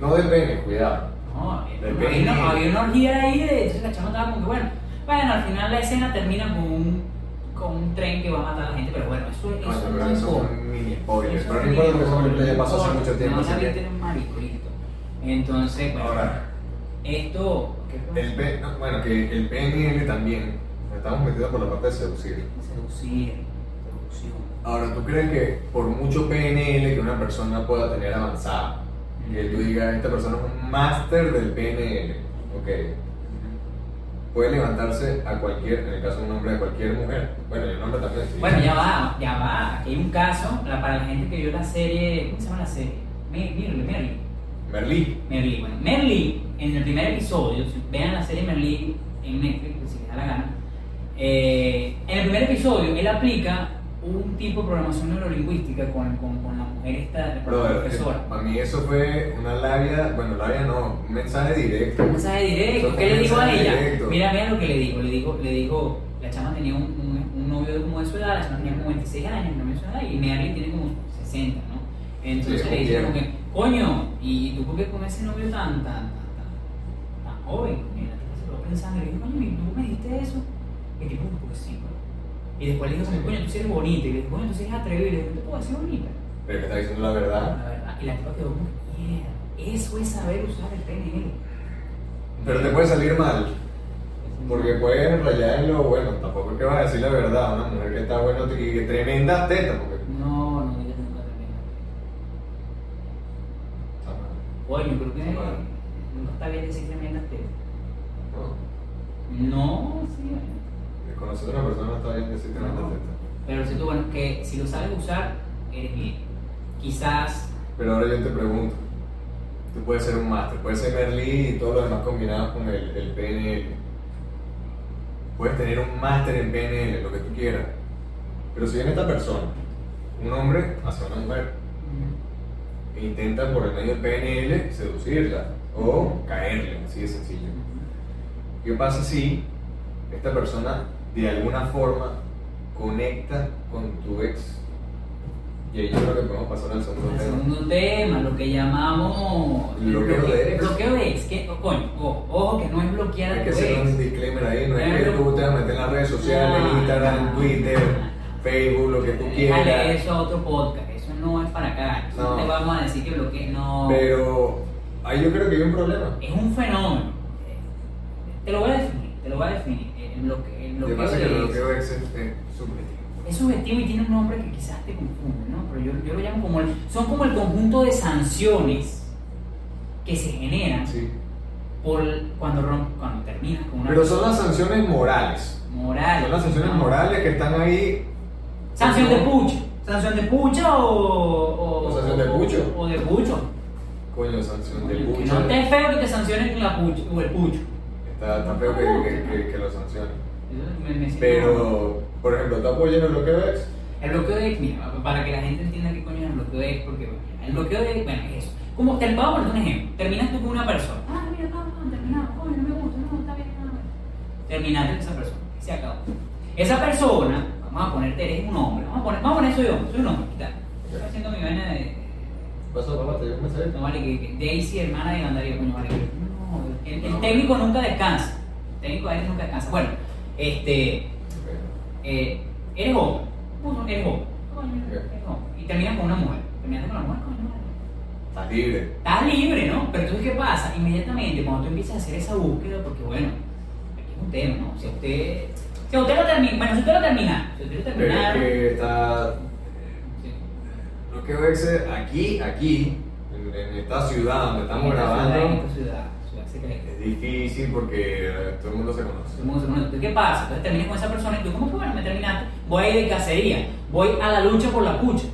Speaker 1: No del pene, cuidado.
Speaker 2: No,
Speaker 1: De
Speaker 2: había,
Speaker 1: PNL.
Speaker 2: una- había una orgía ahí, de entonces la chama estaba como que bueno. Bueno, al final la escena termina con un, con un tren que va a matar a la gente, pero bueno, eso, eso
Speaker 1: Bueno,
Speaker 2: no
Speaker 1: pero eso es un mini spoiler. Pero no
Speaker 2: no
Speaker 1: importa porque esa película ya pasó hace
Speaker 2: importa,
Speaker 1: mucho tiempo.
Speaker 2: No,
Speaker 1: así
Speaker 2: la
Speaker 1: que-
Speaker 2: viste en un maricolito. Entonces, bueno,
Speaker 1: Ahora,
Speaker 2: esto. ¿qué
Speaker 1: el P- no, bueno, que el PNL también. nos Estamos metidos por la parte de seducir.
Speaker 2: Seducir, seducción.
Speaker 1: Ahora, ¿tú crees que por mucho PNL que una persona pueda tener avanzada, que tú digas, esta persona es un máster del PNL, ok, puede levantarse a cualquier, en el caso de un hombre, a cualquier mujer? Bueno, y un hombre también. sí.
Speaker 2: Bueno, ya va, ya va. Aquí hay un caso la- para la gente que vio la serie. ¿Cómo se llama la serie? Mer- Merlí, Merlí.
Speaker 1: Merlí.
Speaker 2: Merlí, bueno. Merlí, en el primer episodio, si vean la serie Merlí en Netflix, pues, si les da la gana. eh, en el primer episodio, él aplica un tipo de programación neurolingüística con, con, con la mujer esta, con la
Speaker 1: Brother,
Speaker 2: profesora.
Speaker 1: para mí eso fue una labia, bueno, labia no, un mensaje directo.
Speaker 2: Un mensaje directo.
Speaker 1: Eso
Speaker 2: ¿Qué le
Speaker 1: fue un
Speaker 2: dijo a
Speaker 1: mensaje
Speaker 2: ella?
Speaker 1: directo.
Speaker 2: Mira, mira lo que le dijo. Le dijo, le dijo, la chama tenía un, un- un novio como de su edad, la chama tenía como 26 años, no me su edad, y Merlin tiene como 60, ¿no? Entonces
Speaker 1: Sí,
Speaker 2: le dice
Speaker 1: como
Speaker 2: como que, coño, ¿y tú por qué con ese novio tan, tan, tan, tan, tan joven? Mira, se quedó pensando, le dije, coño, ¿y tú me dijiste eso? Y el tipo, pues sí, pues. Y después le dijo, como, coño, tú sí eres bonita. Y le dijo, coño, tú sí eres atrevida. Y le dijo, ¿te puedo decir bonita?
Speaker 1: Pero que está diciendo la verdad.
Speaker 2: La verdad. Y la tipa quedó como, yeah, eso es saber usar el PNL.
Speaker 1: Pero te puede salir mal, porque puedes rayar en lo bueno. Tampoco es que vas a decir la verdad a una mujer que está buena y que tremenda teta, porque.
Speaker 2: No, no digas nunca también.
Speaker 1: está mal,
Speaker 2: Coño, creo que
Speaker 1: Bueno.
Speaker 2: nunca está bien decir tremendas tetas.
Speaker 1: ¿no?
Speaker 2: No, sí.
Speaker 1: Conocer a una persona está bien decir tremenda
Speaker 2: No.
Speaker 1: teta.
Speaker 2: Pero lo cierto, bueno, que si lo sabes usar, eres bien. Quizás,
Speaker 1: Pero ahora yo te pregunto: tú puedes ser un máster, puedes ser Merlí y todo lo demás combinado con el, el PNL. Puedes tener un máster en PNL, lo que tú quieras. Pero si viene esta persona, un hombre hacia una mujer, e intenta por el medio del PNL seducirla o caerle, así de sencillo. ¿Qué pasa si esta persona de alguna forma conecta con tu ex? Y ahí yo creo que podemos pasar al segundo
Speaker 2: el
Speaker 1: tema.
Speaker 2: segundo tema, lo que llamamos. el
Speaker 1: Bloqueo de ex.
Speaker 2: Bloqueo de ex, que, oh, coño, oh, ojo, que no es bloquear
Speaker 1: Hay
Speaker 2: a
Speaker 1: que
Speaker 2: tu
Speaker 1: hacer un
Speaker 2: ex.
Speaker 1: disclaimer ahí, no es que tú te vas a meter en las redes sociales,
Speaker 2: No,
Speaker 1: Instagram,
Speaker 2: no.
Speaker 1: Twitter, Facebook, lo que tú
Speaker 2: Ah, Déjale
Speaker 1: quieras.
Speaker 2: eso a otro podcast, eso no es para acá. Eso No
Speaker 1: No.
Speaker 2: te vamos a decir que bloquees, no.
Speaker 1: Pero ahí yo creo que hay un problema.
Speaker 2: es un fenómeno. Eh, Te lo voy a definir, te lo voy a definir. eh, El bloque- el
Speaker 1: Lo que
Speaker 2: bloqueo
Speaker 1: pasa es que el
Speaker 2: de-
Speaker 1: bloqueo ex es es subjetivo.
Speaker 2: es subjetivo y tiene un nombre que quizás te confunde, ¿no? Pero yo, yo lo llamo como el- son como el conjunto de sanciones que se generan
Speaker 1: Sí.
Speaker 2: por cuando rom- cuando terminas con una
Speaker 1: Pero son las sanciones morales.
Speaker 2: moral.
Speaker 1: Son las sanciones
Speaker 2: ¿no?
Speaker 1: morales que están ahí.
Speaker 2: Sanción de pucha. Sanción de pucha o.
Speaker 1: O sanción de pucho.
Speaker 2: O, de pucho.
Speaker 1: Coño, sanción de
Speaker 2: Que
Speaker 1: pucha.
Speaker 2: no te es feo que te sancionen la pucha o el pucho.
Speaker 1: Está, está feo que, que, que- que lo sancionen.
Speaker 2: Eso me- me siento-
Speaker 1: Pero, por ejemplo, ¿tú apoyas el bloqueo ex?
Speaker 2: El bloqueo de ex, mira, para que la gente entienda qué coño es el bloqueo de ex, porque bueno, el bloqueo de ex, bueno, es eso. Como te vamos a poner un ejemplo, terminas tú con una persona. Ah, mira, vamos, vamos, terminamos, coño, no me gusta, no, está bien, no, no. Terminaste con esa persona, y se acabó. Esa persona, vamos a ponerte, eres un hombre, vamos a poner, vamos a poner soy hombre, soy un hombre, ¿qué tal? Estoy haciendo mi vaina de.
Speaker 1: Pasó, papá, te dio un mensaje.
Speaker 2: No, vale, que, que Daisy, hermana de Gandaría, coño, vale, que- no, el, el técnico nunca descansa. El técnico a veces nunca descansa. Bueno, Este, eh, eres hombre, punto, eres hombre, coño, eres hombre. Y terminas con una mujer, terminas con una mujer, coño, no.
Speaker 1: Estás libre.
Speaker 2: Estás libre, ¿no? Pero entonces, ¿qué pasa? Inmediatamente, cuando tú empiezas a hacer esa búsqueda, porque bueno, aquí es un tema, ¿no? Si usted, si usted lo termina, bueno, si usted lo termina, si usted lo
Speaker 1: Pero es
Speaker 2: termina,
Speaker 1: que está.
Speaker 2: sí.
Speaker 1: Lo que voy a hacer aquí, aquí, en, en esta ciudad donde estamos
Speaker 2: Esta ciudad, eh.
Speaker 1: grabando,
Speaker 2: esta ciudad, ciudad secreta.
Speaker 1: es difícil porque eh, todo el mundo se conoce.
Speaker 2: Todo el mundo se conoce. Entonces, ¿Qué pasa? Entonces terminas con esa persona y tú, ¿cómo que bueno, me terminaste? Voy a ir de cacería, voy a la lucha por la pucha.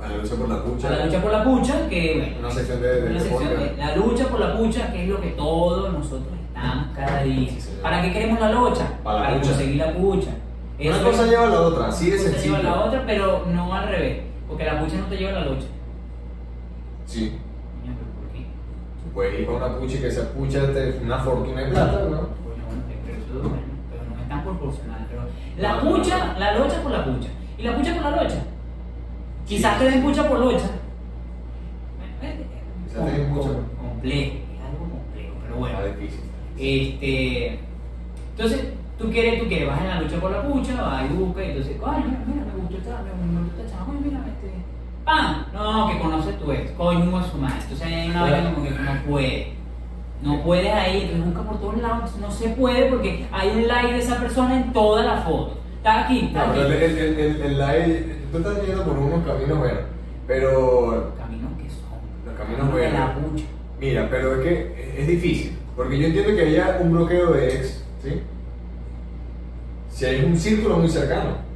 Speaker 1: A la lucha por la
Speaker 2: A
Speaker 1: pucha.
Speaker 2: la lucha por la pucha, que bueno.
Speaker 1: Una sección de- de
Speaker 2: una
Speaker 1: este
Speaker 2: sección
Speaker 1: podcast.
Speaker 2: de- la lucha por la pucha, que es lo que todos nosotros estamos cada día.
Speaker 1: Sí, señor.
Speaker 2: ¿Para qué queremos la lucha?
Speaker 1: Para la pucha.
Speaker 2: conseguir la pucha.
Speaker 1: Una
Speaker 2: Eso
Speaker 1: cosa
Speaker 2: es-
Speaker 1: lleva a la otra, así de
Speaker 2: este una cosa
Speaker 1: sencillo.
Speaker 2: lleva a la otra, pero no al revés. Porque la pucha no te lleva a la lucha.
Speaker 1: Sí.
Speaker 2: Coño, pero ¿por qué?
Speaker 1: Tú puedes ir con una pucha y que esa pucha te una fortuna en plata, ¿no?
Speaker 2: Bueno, bueno, pero eso bueno, pero no es tan proporcional. Pero la
Speaker 1: No, no,
Speaker 2: pucha,
Speaker 1: no.
Speaker 2: la lucha por la pucha. Y la pucha por la lucha. Quizás te den pucha por lucha.
Speaker 1: Quizás te den pucha.
Speaker 2: Complejo, es algo complejo, pero bueno.
Speaker 1: Está difícil.
Speaker 2: Este, entonces, tú quieres, tú quieres, vas en la lucha por la pucha, vas y buscas, y entonces, ay, mira, mira, me gustó esta, me, me gustó esta chama, ay, mira, este. ¡Pam! No, que conoces tu ex, coño es su madre. Entonces hay una vaina como que no puede. No puedes ahí, entonces busca por todos lados, no se puede porque hay un like de esa persona en toda la foto. Está aquí, está
Speaker 1: No,
Speaker 2: aquí.
Speaker 1: pero el, el, el, el, el aire- tú estás yendo por unos caminos buenos, pero
Speaker 2: Los caminos que son.
Speaker 1: Los caminos
Speaker 2: de
Speaker 1: buenos.
Speaker 2: la pucha.
Speaker 1: mira, pero es que es difícil, porque yo entiendo que haya un bloqueo de ex, ¿sí? Si hay un círculo muy cercano,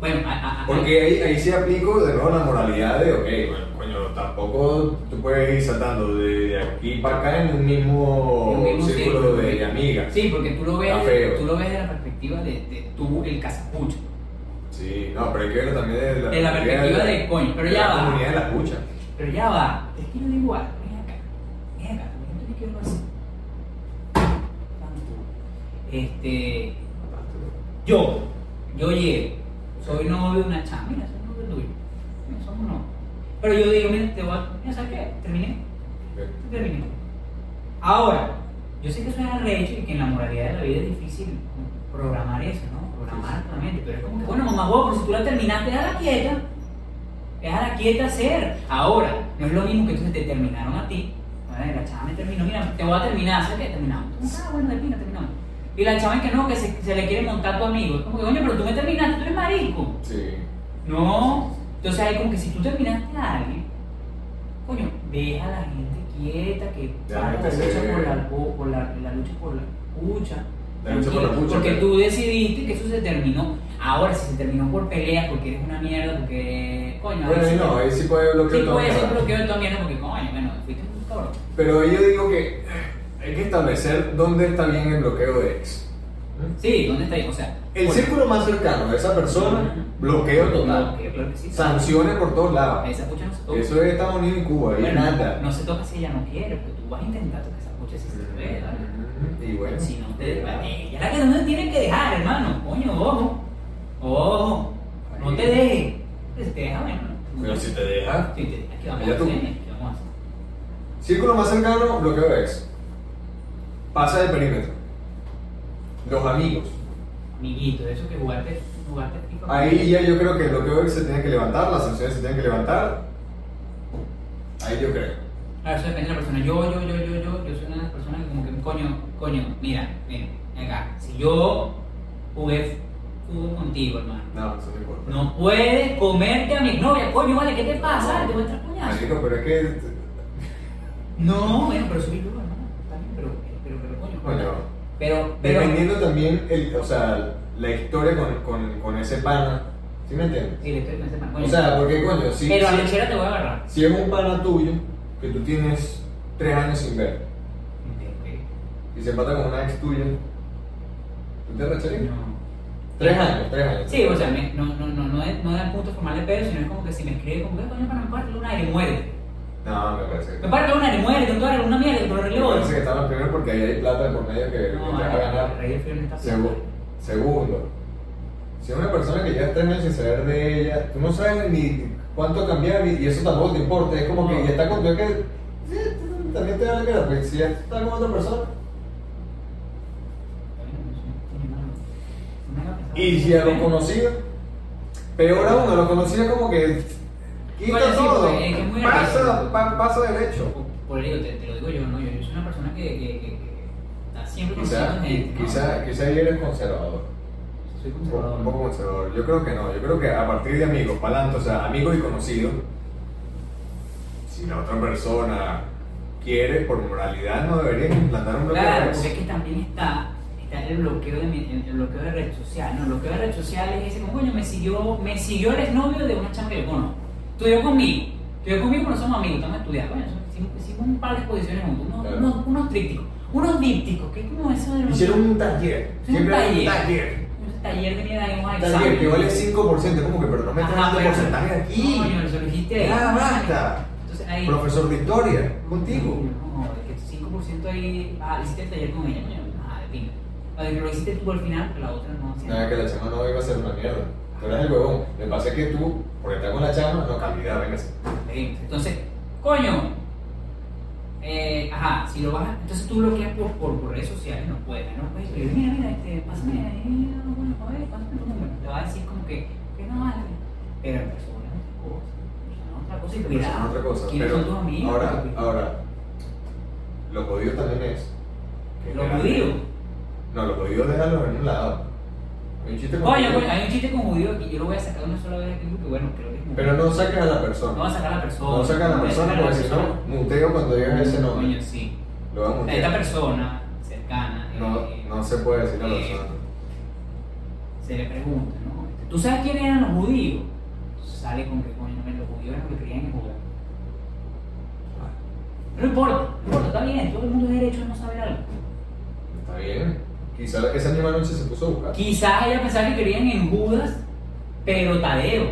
Speaker 2: Bueno, a- a- a-
Speaker 1: porque ahí, ahí sí aplico de nuevo la moralidad de, ok, bueno, coño, tampoco tú puedes ir saltando de, de aquí para acá en un mismo,
Speaker 2: Un mismo
Speaker 1: círculo,
Speaker 2: círculo,
Speaker 1: de,
Speaker 2: sí.
Speaker 1: amigas.
Speaker 2: Sí, porque tú lo ves,
Speaker 1: Está feo.
Speaker 2: tú lo ves de la perspectiva de, de tú, el cazapucho.
Speaker 1: Sí, no, pero hay que ver también de la,
Speaker 2: De la perspectiva de coño, pero
Speaker 1: de
Speaker 2: ya
Speaker 1: la
Speaker 2: va.
Speaker 1: comunidad de la pucha.
Speaker 2: Pero ya va, te quiero igual, "Ah, ven acá, ven acá, ¿por qué no te quiero así? Tanto. Este, yo, yo llego, soy novio de una chama, mira, soy novio tuyo, mira, somos novios. Pero yo digo, mira, te voy a, mira, ¿sabes qué? Terminé, terminé. Ahora, yo sé que suena arrecho y que en la moralidad de la vida es difícil programar eso, ¿no? Programar la mente, pero es como que, bueno, mamá, vos, pero si tú la terminaste, déjala quieta. Déjala quieta hacer. Ahora, no es lo mismo que entonces te terminaron a ti. A ver, la chava me terminó, mira, te voy a terminar, ¿sabes qué? Terminamos. Ah, bueno, de pina, terminamos. Y la chava es que no, que se, se le quiere montar a tu amigo. Es como que, coño, pero tú me terminaste, tú eres marico.
Speaker 1: Sí.
Speaker 2: No. Entonces hay como que si tú terminaste a alguien, coño, deja a la gente quieta, que
Speaker 1: Deja
Speaker 2: haga
Speaker 1: la
Speaker 2: la
Speaker 1: gente
Speaker 2: lucha
Speaker 1: ser-
Speaker 2: por la, po- por la, la lucha por la pucha.
Speaker 1: La lucha por la
Speaker 2: Porque-
Speaker 1: pucha,
Speaker 2: Porque
Speaker 1: claro.
Speaker 2: tú decidiste que eso se terminó. Ahora, si se terminó por peleas, porque eres una mierda, porque. Coño, a
Speaker 1: Bueno, y
Speaker 2: veces-
Speaker 1: no, ahí sí puede bloquear
Speaker 2: Sí,
Speaker 1: todo.
Speaker 2: puede ser bloqueo de tu mierda, porque coño, bueno, fuiste un cabrón.
Speaker 1: Pero yo digo que eh, hay que establecer dónde está bien el bloqueo de ex.
Speaker 2: Sí, ¿dónde está ahí? O sea,
Speaker 1: El
Speaker 2: bueno,
Speaker 1: círculo más cercano de esa persona, bloqueo total.
Speaker 2: bloqueo, claro que sí.
Speaker 1: Sanciones por todos lados.
Speaker 2: Esa pucha no se toca.
Speaker 1: Eso es Estados Unidos y Cuba, ahí
Speaker 2: Bueno,
Speaker 1: nada.
Speaker 2: No se toca si ella no quiere, porque tú vas a intentar tocar esa pucha si se puede, ¿vale?
Speaker 1: Y bueno.
Speaker 2: Si no te eh, ya la que no te tienen que dejar, hermano. Coño, ojo. Ojo. No te dejes. Pues te deja, bueno. ¿no?
Speaker 1: Pero si te deja.
Speaker 2: Si te deja, ¿qué vamos a
Speaker 1: Ya tú.
Speaker 2: hacer? ¿Qué vamos a hacer?
Speaker 1: Círculo más cercano, bloqueo de ex. Pasa del perímetro. Los amigos.
Speaker 2: Amiguito, eso que jugaste, jugaste pico.
Speaker 1: Ahí ya yo creo que el bloqueo se tiene que levantar, las sanciones se tienen que levantar. Ahí yo creo.
Speaker 2: Claro, eso depende de la persona. Yo, yo, yo, yo, yo, yo soy una de las personas que como que, coño, coño, mira, mira, acá. Si yo jugué fútbol contigo, hermano.
Speaker 1: No, eso no importa.
Speaker 2: No puedes comerte a mi novia, coño, vale, ¿qué te pasa? Te voy a entrar coñazo.
Speaker 1: Marico, pero es que.
Speaker 2: No, bueno, pero soy yo, hermano. Está bien, pero, eh, pero, pero, coño.
Speaker 1: Coño.
Speaker 2: Pero, pero.
Speaker 1: Dependiendo también, el, o sea, la historia con, con, con ese pana. ¿Sí me entiendes?
Speaker 2: Sí, le estoy pensando, coño.
Speaker 1: O sea, porque coño, si,
Speaker 2: pero a
Speaker 1: si-
Speaker 2: la lechera te voy a agarrar.
Speaker 1: si es un pana tuyo que tú tienes tres años sin ver y se empata con una ex tuya, ¿tú te rechazarías? Tres años, tres años.
Speaker 2: Sí, o sea, me- no, no, no, no, es, no es punto formal de pedo, sino es como que si me escribe como que coño para me parte un aire, muere.
Speaker 1: No, me parece que.
Speaker 2: Me parte un aire, muere, te arreglar una mierda, te lo
Speaker 1: Me
Speaker 2: arreglo hoy.
Speaker 1: parece que están los primeros porque ahí hay plata de por medio que, que
Speaker 2: No,
Speaker 1: te va a ganar.
Speaker 2: vale, el rey del frío no está
Speaker 1: Segu- segundo, si es una persona que ya tres años sin saber de ella, tú no sabes ni cuánto cambiar ni- y eso tampoco te importa, es como que ya está con tu que sí, tú también te da la pues si ya está con otra persona.
Speaker 2: Bueno, no sé, tiene mano.
Speaker 1: Y si a lo conocía, peor aún, a lo conocía como que quita
Speaker 2: Bueno, sí,
Speaker 1: todo,
Speaker 2: porque es que es muy
Speaker 1: pasa,
Speaker 2: gracioso.
Speaker 1: pa- pasa derecho.
Speaker 2: Por- Por ello, te, te lo digo yo, ¿no? Yo, yo soy una persona que, que- que- que está siempre
Speaker 1: Quizá,
Speaker 2: consciente gente. ¿no?
Speaker 1: quizá, quizá yo eres conservador,
Speaker 2: Soy
Speaker 1: un poco-
Speaker 2: conservador.
Speaker 1: un poco conservador. Yo creo que no, yo creo que a partir de amigos, pa'lante, o sea, amigos y conocidos, si la otra persona quiere, por moralidad, no deberías implantar un bloqueo.
Speaker 2: Claro,
Speaker 1: de eso.
Speaker 2: porque es que también está, está el bloqueo de mi- el, el bloqueo de red social. No, el bloqueo de red social es ese como, coño, me siguió, me siguió el exnovio de una chama que yo conozco. Estudió conmigo. Estudió conmigo, pero no somos amigos, estamos estudiando. Coño, eso- hicimos, hicimos un par de exposiciones juntos, unos,
Speaker 1: Claro.
Speaker 2: unos, unos trípticos, unos dípticos, que es como eso de los.
Speaker 1: Hicieron un taller,
Speaker 2: un
Speaker 1: siempre hay un
Speaker 2: taller.
Speaker 1: taller.
Speaker 2: un taller de mierda de un
Speaker 1: Un taller
Speaker 2: examen.
Speaker 1: que vale 5%, como que, pero no me
Speaker 2: Ajá,
Speaker 1: traes dando
Speaker 2: pero-
Speaker 1: porcentaje aquí.
Speaker 2: Coño, eso lo dijiste.
Speaker 1: Ya basta.
Speaker 2: Entonces ahí.
Speaker 1: Profesor de historia, contigo.
Speaker 2: No, es que 5% ahí. Ah, hiciste el taller con ella, coño. Ah, de pinga. O de que lo hiciste tú al final, pero la otra no hacía
Speaker 1: Nada, que la chama no iba a ser una mierda. Tú eres el huevón. Lo que pasa es que tú, por estar con la chama, no calidad, venga.
Speaker 2: Venga, Entonces, coño. Eh, ajá, si lo vas a- Entonces tú bloqueas por, por, por redes sociales, no puedes, no puedes escribir, mira, mira, este, pásame ahí, ah, bueno, a ver, pásame tu número. Te va a decir como que, que no vale. Pero en persona es otra cosa. en persona es otra cosa
Speaker 1: Pero eso es otra cosa.
Speaker 2: y cuidado. ¿Quiénes son tus
Speaker 1: Pero
Speaker 2: amigos?
Speaker 1: ahora, ahora, lo jodido también es. que
Speaker 2: Los
Speaker 1: dejan-
Speaker 2: judíos.
Speaker 1: No, lo jodido es dejarlo en un lado. Hay un chiste con
Speaker 2: Oye,
Speaker 1: judío.
Speaker 2: coño, hay un chiste con judío que yo lo voy a sacar una sola vez aquí porque bueno, creo que es judío.
Speaker 1: Pero no saques a la persona.
Speaker 2: No va a sacar a la persona.
Speaker 1: No saques a la
Speaker 2: voy
Speaker 1: persona
Speaker 2: sacar a
Speaker 1: porque
Speaker 2: la
Speaker 1: si no, muteo cuando digas ese nombre.
Speaker 2: Coño, sí.
Speaker 1: Lo vamos a mutear.
Speaker 2: Esta persona cercana
Speaker 1: No,
Speaker 2: eh,
Speaker 1: no se puede decir a la
Speaker 2: eh,
Speaker 1: persona.
Speaker 2: se le pregunta, ¿no? Este, ¿Tú sabes quiénes eran los judíos? Sale con que coño, los judíos eran los que creían en Judá.
Speaker 1: Ah,
Speaker 2: No importa, no importa, está bien, todo el mundo tiene derecho a no saber algo.
Speaker 1: Está bien. Quizá la- esa misma noche se puso a buscar.
Speaker 2: Quizás ella pensaba que creían en Judas, pero Tadeo,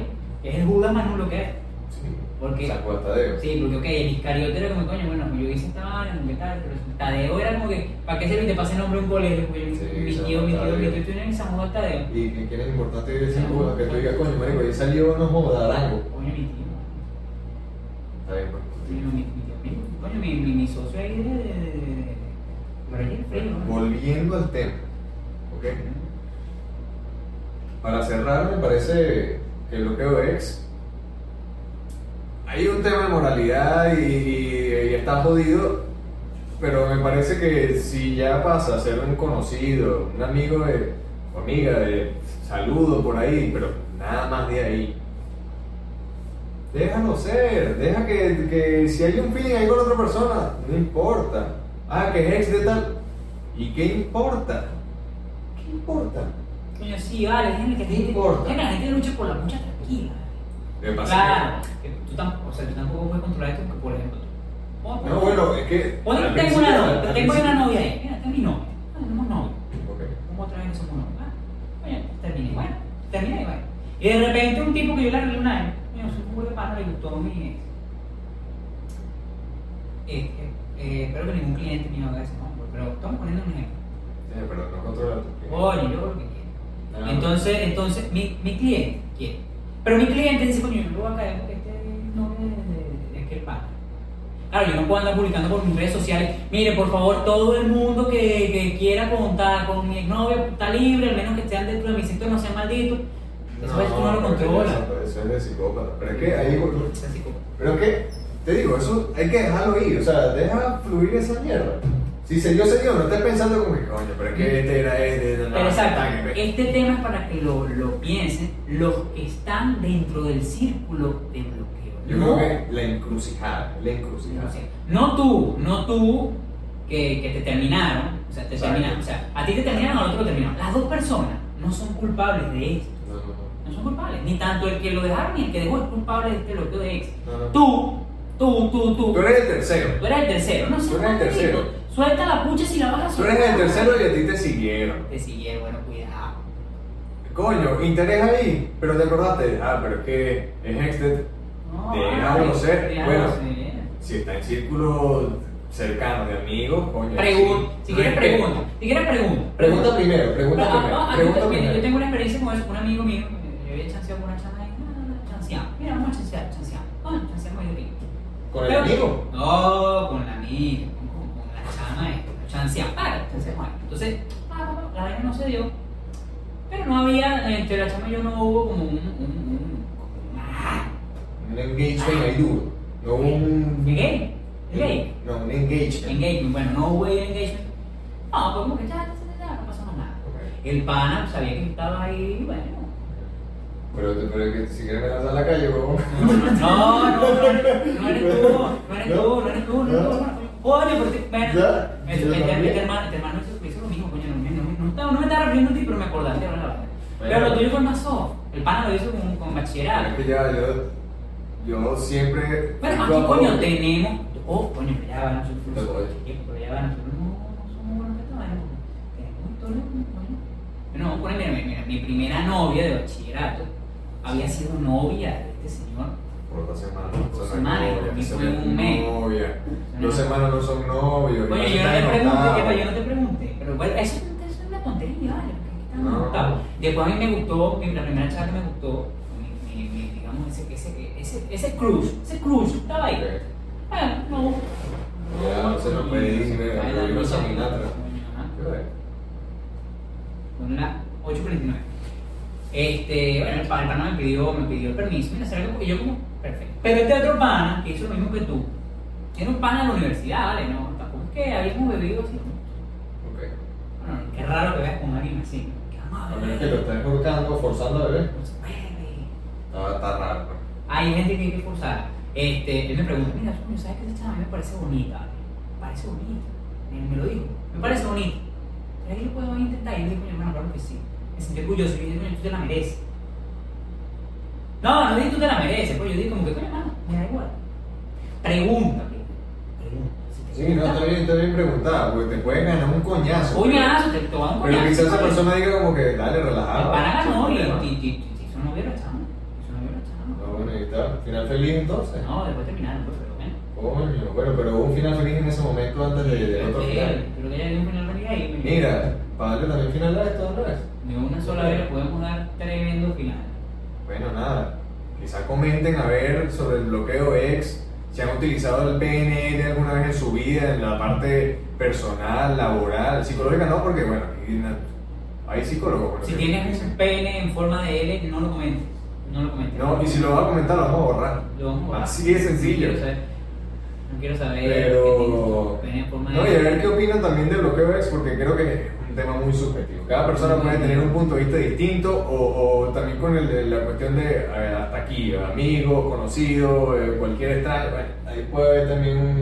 Speaker 2: que es el Judas más nulo que es.
Speaker 1: Sí.
Speaker 2: Porque
Speaker 1: Sacó a Tadeo.
Speaker 2: Sí, porque ok, el Iscariote era como, coño, bueno, pues yo hice esta vaina, ¿qué tal? Pero Tadeo era como que, ¿para qué se te pase el nombre a un colegio? Pues,
Speaker 1: Sí,
Speaker 2: mi
Speaker 1: San
Speaker 2: tío, mi tío,
Speaker 1: Juan
Speaker 2: mi tío,
Speaker 1: Tadeo.
Speaker 2: tú en San Juan Tadeo.
Speaker 1: Y que quién es importante decir que tú digas, coño, marico, ahí salió no joda Arango.
Speaker 2: Coño, mi tío.
Speaker 1: Está bien, pues.
Speaker 2: Coño, mi, mi, tío, mi- coño, mi, mi, mi socio ahí de. de, de, de por ahí el frío,
Speaker 1: pues.
Speaker 2: ¿no?
Speaker 1: Volviendo al tema, ¿ok? Para cerrar, me parece que lo que es. Hay un tema de moralidad y, y está jodido, pero me parece que si ya pasa a ser un conocido, un amigo de, o amiga de saludo por ahí, pero nada más de ahí. Déjalo ser, deja que, que si hay un feeling ahí con otra persona, no importa. Ah, que es ex de tal. ¿Y qué importa? ¿Qué importa?
Speaker 2: Coño, sí, vale, déjenme que
Speaker 1: No importa.
Speaker 2: Déjenme que la gente luche por la lucha tranquila.
Speaker 1: Me pasa
Speaker 2: Claro, que tú, tampoco, o sea, tú tampoco puedes controlar esto, porque por ejemplo.
Speaker 1: que-
Speaker 2: tú-
Speaker 1: No, bueno, es que.
Speaker 2: Oye,
Speaker 1: al
Speaker 2: tengo
Speaker 1: principio-
Speaker 2: una
Speaker 1: al-
Speaker 2: novia,
Speaker 1: al
Speaker 2: tengo una
Speaker 1: principio-
Speaker 2: novia ahí. Mira, tengo mi novia. Ah, tenemos novia.
Speaker 1: Ok.
Speaker 2: ¿Cómo otra vez no somos novios? Ah, oye, terminé igual, terminé igual. Y de repente un tipo que yo le arreglé una vez, coño, soy un culo de pana, le gustó a mi ex. Eh, eh, eh, espero que ningún cliente mío haga eso, ¿no? pero estamos poniendo un ejemplo.
Speaker 1: Sí, pero no controla tu-
Speaker 2: Oye, yo lo que quiero.
Speaker 1: Ah.
Speaker 2: Oh, Entonces, entonces mi, mi cliente quiere. Pero mi cliente dice, coño, yo no voy a caer porque este no es de, de aquel pana. Claro, yo no puedo andar publicando por mis redes sociales. Mire, por favor, todo el mundo que, que quiera contar con mi exnovio está libre, al menos que estén dentro de mi sitio no sean malditos. Eso es que no lo
Speaker 1: porque
Speaker 2: controla.
Speaker 1: Eso, eso es de psicópata. Pero es que ahí.
Speaker 2: Es así como-
Speaker 1: Pero es que, te digo, eso hay que dejarlo ir. O sea, deja fluir esa mierda. Si se dio, se dio. No estés pensando como que coño, pero es que este era este. no, no,
Speaker 2: Pero
Speaker 1: ataque,
Speaker 2: exacto,
Speaker 1: pe-
Speaker 2: este tema es para que lo, lo piensen los que están dentro del círculo de bloqueo.
Speaker 1: Yo
Speaker 2: No
Speaker 1: creo que la encrucijada. La encrucijada.
Speaker 2: No tú, no tú que, que te terminaron, o sea, te
Speaker 1: Exacto.
Speaker 2: terminaron, o sea, a ti te terminaron, al otro te terminaron. Las dos personas no son culpables de esto,
Speaker 1: No, no,
Speaker 2: no son culpables. Ni tanto el que lo dejaron ni el que dejó es culpable de este bloqueo de ex.
Speaker 1: no. No, no.
Speaker 2: Tú, tú, tú, tú.
Speaker 1: Tú eres el tercero.
Speaker 2: Tú eres el tercero, no
Speaker 1: Tú
Speaker 2: seas
Speaker 1: eres el
Speaker 2: maldito.
Speaker 1: tercero.
Speaker 2: Suelta la pucha si la vas a
Speaker 1: Tú
Speaker 2: soltar.
Speaker 1: eres el tercero y a ti te siguieron.
Speaker 2: Te siguieron, bueno, cuidado.
Speaker 1: Coño, interés ahí, pero te acordaste. Ah, pero es que es este, Exted.
Speaker 2: No,
Speaker 1: Déjalo
Speaker 2: vale,
Speaker 1: ser,
Speaker 2: déjalo
Speaker 1: bueno.
Speaker 2: ser.
Speaker 1: Si está en círculo cercano de amigos, coño.
Speaker 2: Pregun-
Speaker 1: sí.
Speaker 2: si quieres
Speaker 1: No es que-
Speaker 2: pregunta, si quieres pregunta.
Speaker 1: Pregunta primero, pregunta
Speaker 2: Ah,
Speaker 1: primero.
Speaker 2: ah, ah,
Speaker 1: pregunta
Speaker 2: yo, mira, yo
Speaker 1: primero.
Speaker 2: tengo una experiencia con eso, con un amigo mío, yo había chanceado con una chama y no, no, no, chanceamos, mira, vamos a chancear, chanceamos, vamos a chancear muy rico.
Speaker 1: ¿Con el
Speaker 2: Pero-
Speaker 1: amigo?
Speaker 2: No, con la amiga, con, con- con la chama esta, chanceamos, para, chanceamos ahí. Entonces, ah, no, no, la vaina no se dio, pero Pero no había, entre la chama y yo no hubo como un. un, un- como un- ah,
Speaker 1: Un engagement ahí duro. No hubo un.
Speaker 2: ¿De gay? ¿De gay?
Speaker 1: No, un engagement.
Speaker 2: Engagement, bueno, no hubo engagement. No, pues como que ya, ya, ya, no pasó más nada.
Speaker 1: Ok.
Speaker 2: El pana sabía que estaba ahí, bueno.
Speaker 1: Pero, pero que si quieres me lanzas a la calle, huevón.
Speaker 2: No, no, no, no, no eres tú, no eres tú, no eres tú, no eres tú. Oye, porque, bueno,
Speaker 3: Ya,
Speaker 2: este,
Speaker 3: yo
Speaker 2: este- este
Speaker 3: también.
Speaker 2: hermano, este hermano hizo- hizo lo mismo, coño, no, me- no, me- no, estaba- no me estaba refiriendo a ti, pero me acordaste de la vaina. Pero lo tuyo fue más soft, el pana lo hizo con, con
Speaker 1: (laughs) Es
Speaker 2: bachillerato.
Speaker 1: que ya, yo. Yo siempre.
Speaker 2: Bueno, aquí, coño, tenemos, oh, coño, pero ya van a ser
Speaker 1: Te voy.
Speaker 2: pero ya van a ser, no, no somos buenos para esta vaina, tenemos un tono, bueno. No, por ejemplo, mira, mira, mi primera novia de bachillerato había sido novia de este señor
Speaker 1: Por dos semanas.
Speaker 2: Dos
Speaker 1: son
Speaker 2: semanas,
Speaker 1: novias,
Speaker 2: y
Speaker 1: son
Speaker 2: fue un mes.
Speaker 1: novia.
Speaker 2: Son
Speaker 1: Dos
Speaker 2: novias.
Speaker 1: semanas no son novios.
Speaker 2: Oye,
Speaker 1: ya
Speaker 2: yo no te
Speaker 1: están
Speaker 2: pregunté,
Speaker 1: enojados.
Speaker 2: epa, yo no te pregunté, pero bueno, eso, eso es una tontería, vale, porque estamos
Speaker 1: No.
Speaker 2: octavos. Después a mí me gustó, mi- la primera chava que me gustó, mi, mi- mi- digamos, ese, ese, ese, ese crush, ese crush, estaba ahí.
Speaker 1: Ok.
Speaker 2: Ah, no.
Speaker 1: Ya, se nos puede ir, mira,
Speaker 2: Ay,
Speaker 1: yo vivo
Speaker 2: la
Speaker 1: en
Speaker 2: noche,
Speaker 1: Saminatra.
Speaker 2: ajá,
Speaker 1: ¿Qué hora es?
Speaker 2: Son las 8.49. Este, bueno, el pa- el pana me pidió, me pidió el permiso, mira, ¿sabes qué? Y yo como, perfecto. Pero este otro pana, que hizo lo mismo que tú, era un pana de la universidad, vale, no, tampoco es que habíamos bebido así como
Speaker 1: Ok.
Speaker 2: Bueno, qué raro que veas con alguien así. Qué
Speaker 3: A
Speaker 2: amable.
Speaker 1: este
Speaker 3: menos que lo estén buscando, forzando a beber.
Speaker 2: Pues, güey,
Speaker 1: Está, está raro.
Speaker 2: Hay gente que hay que forzar. Este, él me pregunta, mira, coño, ¿sabes qué esa chava? A mí me parece bonita. Me parece bonita. Él me lo dijo. Me parece bonita. Pero ahí lo puedo intentar. Y él dijo, coño, hermano, claro que sí. Me sentí orgulloso. Y yo dije, coño, tú te la mereces. No, no dije tú te la mereces. Pues yo dije, como que, coño, hermano, me da igual. Pregúntame. Pregunta. Si te
Speaker 1: Sí, no,
Speaker 2: gusta,
Speaker 1: está bien, está bien preguntar, porque te pueden ganar un coñazo.
Speaker 2: Coñazo, te te va a dar un
Speaker 1: Pero quizás
Speaker 2: coñazo,
Speaker 1: esa
Speaker 2: ¿sabes?
Speaker 1: persona diga como que, dale,
Speaker 2: El
Speaker 1: relajado.
Speaker 2: pana ganó y,
Speaker 1: No,
Speaker 2: y, y, y- y hizo novio la chama. Hizo novio la chama.
Speaker 1: Ah, bueno, ahí está. Final feliz entonces.
Speaker 2: No, después terminaron, pues, pero bueno.
Speaker 1: Coño, bueno, pero hubo un final feliz en ese momento antes de- del otro
Speaker 2: Este,
Speaker 1: final.
Speaker 2: Creo que ya dio un final feliz ahí. pero-
Speaker 1: Mira, para darle también final a esto otra vez.
Speaker 2: De una sola vez le podemos dar tremendo final.
Speaker 1: Bueno, nada. Quizás comenten a ver sobre el bloqueo ex, si han utilizado el PNL alguna vez en su vida, en la parte personal, laboral, psicológica, no, porque bueno, aquí na- hay psicólogos. bueno,
Speaker 2: Si
Speaker 1: que
Speaker 2: tienes
Speaker 1: dicen.
Speaker 2: un pene en forma de L, no lo comentes. No lo comentes.
Speaker 1: No, y si lo vas a comentar, lo vamos a borrar.
Speaker 2: Lo vamos a borrar.
Speaker 1: Así de sencillo.
Speaker 2: No quiero saber, no quiero saber que tienes
Speaker 1: Pero.
Speaker 2: un pene en forma de
Speaker 1: No, y a
Speaker 2: L.
Speaker 1: ver qué opinan también del bloqueo ex, porque creo que es un tema muy subjetivo. Cada persona puede tener un punto de vista distinto, o, o también con el de la cuestión de a ver, hasta aquí, eh, amigos, conocidos, eh, cualquier extraño. Bueno, ahí puede haber también un.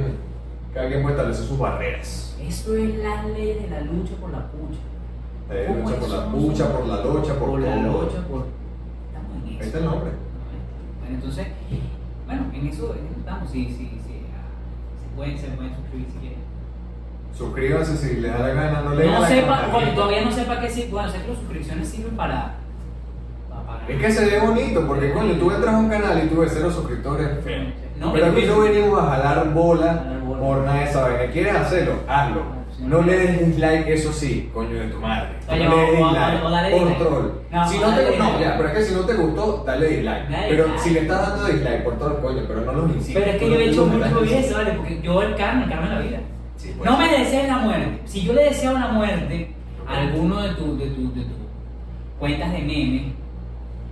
Speaker 1: Cada quien puede establecer sus barreras.
Speaker 2: Eso es la ley de la lucha por la pucha.
Speaker 1: Eh,
Speaker 2: ¿Cómo
Speaker 1: lucha por la
Speaker 2: eso?
Speaker 1: pucha, por la locha, por,
Speaker 2: Por la
Speaker 1: todo.
Speaker 2: locha, por. Estamos en eso.
Speaker 1: Ahí está el nombre.
Speaker 2: Bueno, entonces, bueno, en eso, en eso estamos. Sí, sí, sí. ah, Se pueden, se pueden suscribir si quieren.
Speaker 1: Suscríbanse si les da la gana, no le
Speaker 2: No sepa, bueno, todavía no sepa qué sí. Bueno, sé que las suscripciones sirven para. para pagar.
Speaker 1: Es que se ve bonito, porque coño, tú entras a un canal y tú ves cero suscriptores, feo.
Speaker 2: No,
Speaker 1: Pero aquí
Speaker 2: es-
Speaker 1: no venimos a jalar bola
Speaker 2: Jalar bola.
Speaker 1: por nada de esa vaina. ¿Quieres hacerlo? Hazlo.
Speaker 2: Sí.
Speaker 1: No le des dislike, eso sí, coño de tu madre. No
Speaker 2: Oye,
Speaker 1: le des
Speaker 2: o- o- o
Speaker 1: dislike.
Speaker 2: dale dislike.
Speaker 1: Control.
Speaker 2: No,
Speaker 1: Si
Speaker 2: o
Speaker 1: no
Speaker 2: dale
Speaker 1: te no,
Speaker 2: dislike.
Speaker 1: ya, pero es que si no te gustó, dale dislike.
Speaker 2: Dale
Speaker 1: Pero
Speaker 2: dislike.
Speaker 1: si le estás dando dislike por todo el coño, pero no los incites.
Speaker 2: Pero es que
Speaker 1: no
Speaker 2: yo he
Speaker 1: los
Speaker 2: hecho
Speaker 1: incites.
Speaker 2: mucho eso, ¿vale? Porque yo el karma, el karma de la vida.
Speaker 1: Sí, pues.
Speaker 2: No me desees la muerte. Si yo le deseo la muerte a alguno de tus de tu, de tu cuentas de memes,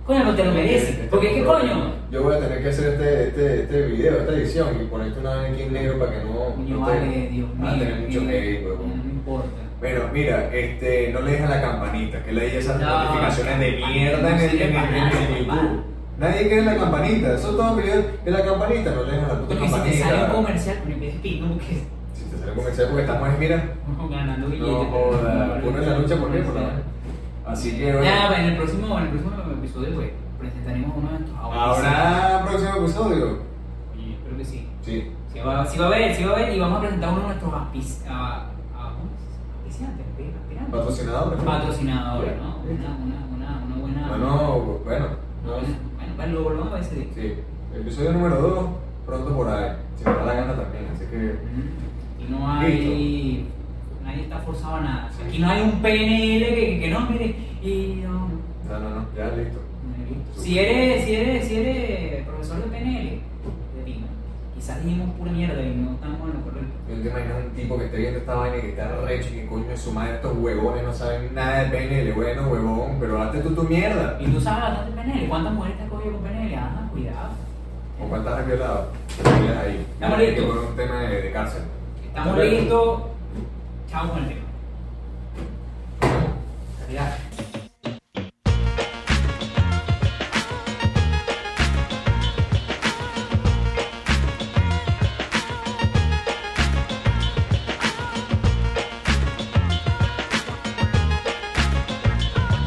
Speaker 2: coño, no te lo mereces. Porque es que, coño,
Speaker 1: Yo voy a tener que hacer este, este, este video, esta edición y ponerte una vez aquí en negro para que no.
Speaker 2: coño,
Speaker 1: no te-
Speaker 2: vale, Dios mío.
Speaker 1: vas a tener mucho
Speaker 2: mira,
Speaker 1: hate, huevón.
Speaker 2: No me importa.
Speaker 1: Bueno, mira, este, no le dejes a la campanita, que le dejes esas
Speaker 2: No,
Speaker 1: notificaciones de
Speaker 2: campanita,
Speaker 1: mierda en
Speaker 2: no
Speaker 1: el,
Speaker 2: sirve
Speaker 1: en el-
Speaker 2: para
Speaker 1: en el
Speaker 2: nada,
Speaker 1: YouTube.
Speaker 2: compadre.
Speaker 1: Nadie quiere la campanita, eso es todo video de la campanita, no le dejes a la puta
Speaker 2: Porque si te sale un
Speaker 1: campanita.
Speaker 2: comercial, coño, (laughs) que despido, porque
Speaker 1: Si te sale un comercial porque estamos es, mira,
Speaker 2: ganando billetes.
Speaker 1: no joda, uno en la lucha por qué, por la vaina. Así que bueno,
Speaker 2: Ya, en el próximo, en el próximo episodio, pues, presentaremos uno de nuestros
Speaker 1: ¿habrá próximo episodio?
Speaker 2: Oye, espero que sí.
Speaker 1: Sí.
Speaker 2: Sí va, sí va a haber, sí va a haber y vamos a presentar uno de nuestros auspic- a- a- ¿cómo se dice? auspiciantes, ¿qué? aspirantes.
Speaker 1: ¿Patrocinador?
Speaker 2: patrocinadores, ¿no?
Speaker 1: Sí.
Speaker 2: Una, una, una, una buena.
Speaker 1: Bueno, bueno, Ah, no,
Speaker 2: Bueno, bueno, lo volvemos a ver ese día.
Speaker 1: sí. Episodio número 2, pronto por ahí. Si me da la gana también, así que.
Speaker 2: Y no hay. Nadie está forzado a nada. Aquí no hay un PNL que, que no, mire. Y no,
Speaker 1: No, no, no, ya listo.
Speaker 2: no he visto. Si eres, si eres, si eres profesor de PNL, de pinga. Y Quizás dijimos pura mierda y no estamos en lo correcto.
Speaker 1: Yo te imagino un tipo que esté viendo esta vaina y que está recho y que coño es su madre, estos huevones no saben nada de PNL, bueno, huevón, pero hazte tú tu mierda.
Speaker 2: Y tú sabes bastante PNL. ¿Cuántas mujeres te has cogido con PNL? Ah, cuidado.
Speaker 1: ¿O cuántas has violado? Mira ahí.
Speaker 2: Ya, marico.
Speaker 1: Hay que poner un tema de, de cárcel.
Speaker 2: Estamos listos. Chao con el tema. Calidad.